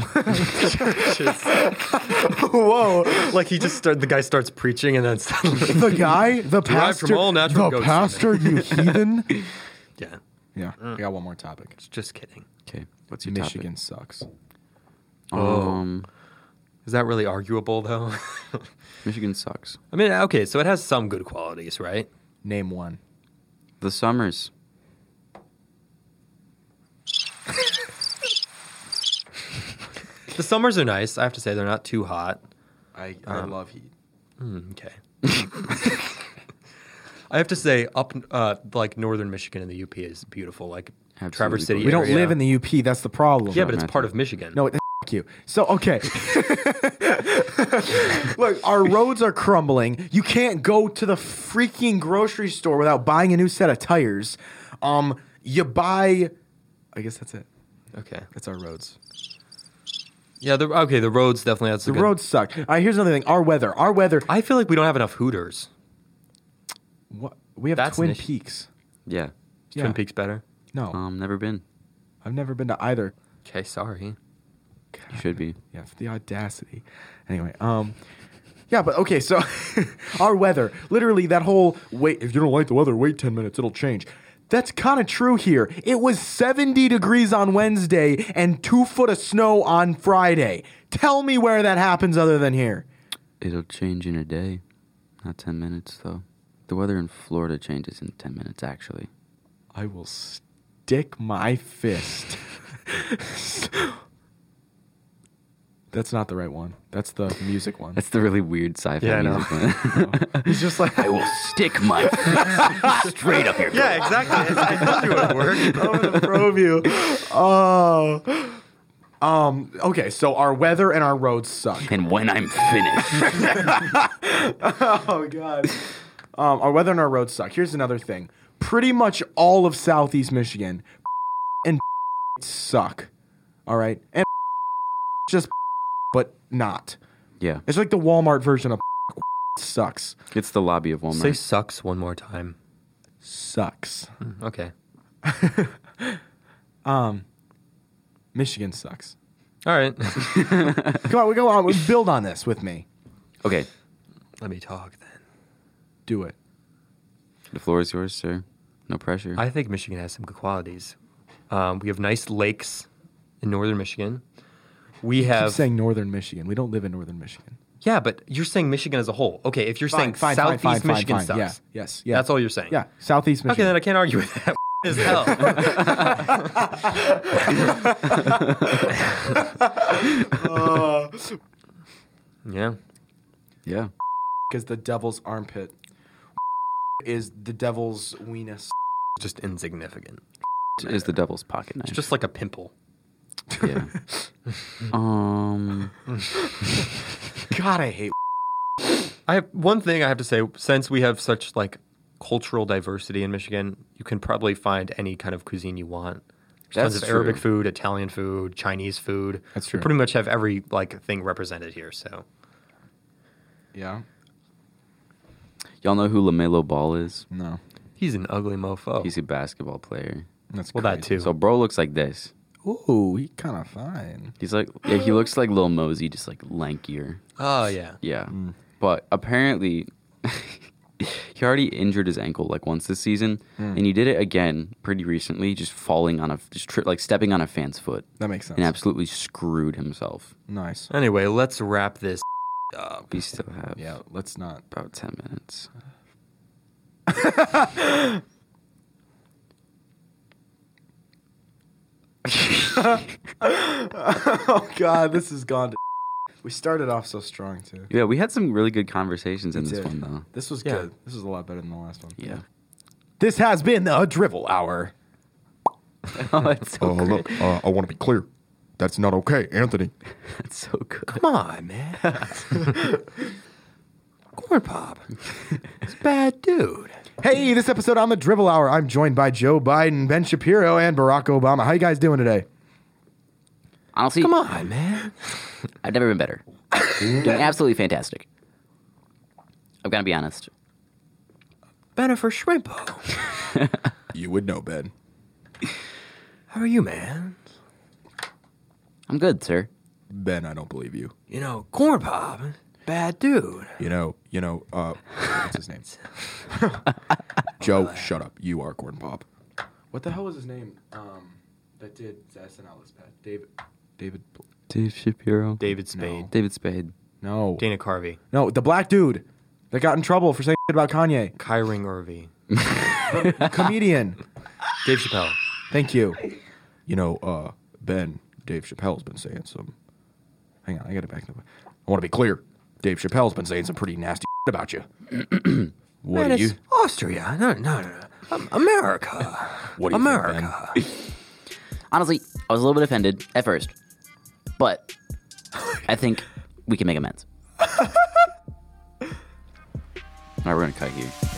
Speaker 3: Whoa! Like he just start, the guy starts preaching and then suddenly,
Speaker 2: the guy, the
Speaker 3: Derived
Speaker 2: pastor,
Speaker 3: from all natural
Speaker 2: the
Speaker 3: goat
Speaker 2: pastor, you heathen.
Speaker 3: yeah,
Speaker 2: Yeah, we got one more topic.
Speaker 3: just kidding.
Speaker 4: Okay. Mm. What's your
Speaker 2: Michigan Oh. sucks.
Speaker 4: topic? Um,
Speaker 3: Is that really arguable though?
Speaker 4: Michigan sucks.
Speaker 3: I mean, okay, so it has some good qualities, right?
Speaker 2: Name one.
Speaker 4: The summers.
Speaker 3: The summers are nice. I have to say they're not too hot.
Speaker 2: I, I
Speaker 4: Um,
Speaker 2: love heat.
Speaker 3: Mm, okay. I have to say, up uh, like northern Michigan and the UP is beautiful. Like Traverse
Speaker 4: Absolutely
Speaker 3: City.
Speaker 4: gorgeous.
Speaker 2: We don't
Speaker 3: area.
Speaker 2: live in the UP. That's the problem.
Speaker 3: Yeah, but it's
Speaker 4: Matthew.
Speaker 3: part of Michigan.
Speaker 2: No, it, f- you. So okay. Look, our roads are crumbling. You can't go to the freaking grocery store without buying a new set of tires. Um, you buy. I guess that's it.
Speaker 3: Okay.
Speaker 2: That's our roads.
Speaker 3: Yeah. The, okay. The roads definitely. That's
Speaker 2: The roads suck. All right, here's another thing. Our weather. Our weather.
Speaker 3: I feel like we don't have enough Hooters.
Speaker 2: What? We have
Speaker 3: That's an
Speaker 2: Twin
Speaker 3: issue.
Speaker 2: Peaks.
Speaker 4: Yeah.
Speaker 2: Yeah.
Speaker 3: Twin Peaks better.
Speaker 2: No,
Speaker 4: Um, never been.
Speaker 2: I've never been to either.
Speaker 3: Okay. Sorry.
Speaker 4: You should be.
Speaker 2: Yeah, for the audacity. Anyway, um, yeah, but okay, so our weather, literally that whole wait, if you don't like the weather, wait 10 minutes, it'll change. That's kind of true here. It was 70 degrees on Wednesday and two foot of snow on Friday. Tell me where that happens other than here.
Speaker 4: It'll change in a day. Not 10 minutes, though. The weather in Florida changes in 10 minutes, actually.
Speaker 2: I will stick my fist. That's not the right one. That's the music one.
Speaker 4: That's the really weird sci fi
Speaker 3: Yeah, I know.
Speaker 4: music. one.
Speaker 2: It's just like
Speaker 1: I will stick my fist straight up your
Speaker 3: Yeah, exactly. I told you it would work.
Speaker 2: I'm gonna probe you. Oh. Um, okay, so our weather and our roads suck.
Speaker 1: And when I'm finished,
Speaker 2: Oh god. Um, our weather and our roads suck. Here's another thing. Pretty much all of Southeast Michigan and suck. All right, and just but not.
Speaker 4: yeah.
Speaker 2: It's like the Walmart version of sucks.
Speaker 4: It's the lobby of Walmart.
Speaker 3: Say sucks one more time.
Speaker 2: Sucks.
Speaker 3: Mm, Okay.
Speaker 2: Michigan sucks.
Speaker 3: All right.
Speaker 2: Come on, we go on. We build on this with me.
Speaker 4: okay.
Speaker 3: Let me talk then.
Speaker 2: Do it.
Speaker 4: The floor is yours, sir. No pressure.
Speaker 3: I think Michigan has some good qualities. Um, we have nice lakes in northern Michigan. We
Speaker 2: I'm
Speaker 3: have
Speaker 2: saying Northern Michigan. We don't live in Northern Michigan.
Speaker 3: yeah, but you're saying Michigan as a whole. Okay, if you're saying
Speaker 2: Fine, fine, fine,
Speaker 3: Southeast
Speaker 2: fine, fine,
Speaker 3: Michigan
Speaker 2: fine.
Speaker 3: sucks,
Speaker 2: Yeah, yes, yeah.
Speaker 3: that's all you're saying.
Speaker 2: Yeah, Southeast
Speaker 3: Okay,
Speaker 2: Michigan.
Speaker 3: then I can't argue with that. As hell. yeah.
Speaker 4: yeah.
Speaker 2: is the devil's armpit. Is the devil's weenus.
Speaker 3: Just insignificant.
Speaker 4: Is the devil's pocket knife.
Speaker 3: It's just like a pimple.
Speaker 4: yeah. um.
Speaker 2: God, I hate.
Speaker 3: I have one thing I have to say. Since we have such like cultural diversity in Michigan, you can probably find any kind of cuisine you want. There's
Speaker 4: That's
Speaker 3: tons of Arabic
Speaker 4: true.
Speaker 3: food, Italian food, Chinese food.
Speaker 2: That's true.
Speaker 3: We pretty much have every like thing represented here. So
Speaker 2: Yeah.
Speaker 4: Y'all know who LaMelo Ball is?
Speaker 2: No.
Speaker 3: he's an ugly mofo.
Speaker 4: He's a basketball player.
Speaker 2: That's
Speaker 3: well, that too.
Speaker 4: So, bro looks like this.
Speaker 2: Ooh, he kind of fine.
Speaker 4: He's like, yeah, he looks like Lil Mosey, just like lankier.
Speaker 3: oh yeah.
Speaker 4: Yeah. But apparently, he already injured his ankle like once this season, and he did it again pretty recently, just falling on a, just tri- like stepping on a fan's foot,
Speaker 2: That makes sense.
Speaker 4: and absolutely screwed himself.
Speaker 2: Nice.
Speaker 3: Anyway, let's wrap this up.
Speaker 4: We still have
Speaker 2: Yeah, let's not.
Speaker 4: about 10 minutes.
Speaker 2: Oh, God, this has gone to. We started off so strong, too.
Speaker 4: Yeah, we had some really good conversations in
Speaker 2: We
Speaker 4: this
Speaker 2: did.
Speaker 4: one, though.
Speaker 2: This was
Speaker 3: Yeah.
Speaker 2: good. This was a lot better than the last one.
Speaker 4: Yeah.
Speaker 2: This has been the Drivel Hour.
Speaker 4: oh, that's so,
Speaker 5: Uh,
Speaker 4: great.
Speaker 5: look, uh, I want to be clear. That's not okay, Anthony.
Speaker 4: That's so good.
Speaker 3: Come on, man. Corn pop. It's bad dude.
Speaker 2: Hey, this episode on the Drivel Hour, I'm joined by Joe Biden, Ben Shapiro, and Barack Obama. How you guys doing today?
Speaker 1: honestly,
Speaker 3: Come on, man.
Speaker 1: I've never been better. Doing absolutely fantastic. I've got to be honest.
Speaker 3: Better for Shrimpo.
Speaker 5: You would know, Ben.
Speaker 3: How are you, man?
Speaker 1: I'm good, sir.
Speaker 5: Ben, I don't believe you.
Speaker 3: You know, corn pop, bad dude.
Speaker 5: You know, you know, uh, what's his name? Joe, shut up. You are corn pop.
Speaker 2: What the hell was his name? Um, that did SNL this past David. David. Bl-
Speaker 4: Dave Shapiro.
Speaker 3: David Spade.
Speaker 4: David Spade.
Speaker 2: No.
Speaker 3: Dana Carvey.
Speaker 2: No, the black dude that got in trouble for saying shit about Kanye.
Speaker 3: Kyring Irving.
Speaker 2: Comedian.
Speaker 3: Dave Chappelle.
Speaker 2: Thank you.
Speaker 5: You know, uh, Ben, Dave Chappelle's been saying some.
Speaker 2: Hang on, I got it back. in the way.
Speaker 5: I want to be clear. Dave Chappelle's been saying some pretty nasty shit about you. what
Speaker 3: Man,
Speaker 5: do you?
Speaker 3: it's Austria. No, no, no. no. America.
Speaker 5: What do you
Speaker 3: America.
Speaker 1: Honestly, I was a little bit offended at first, but I think we can make amends.
Speaker 4: All right, we're going to cut here.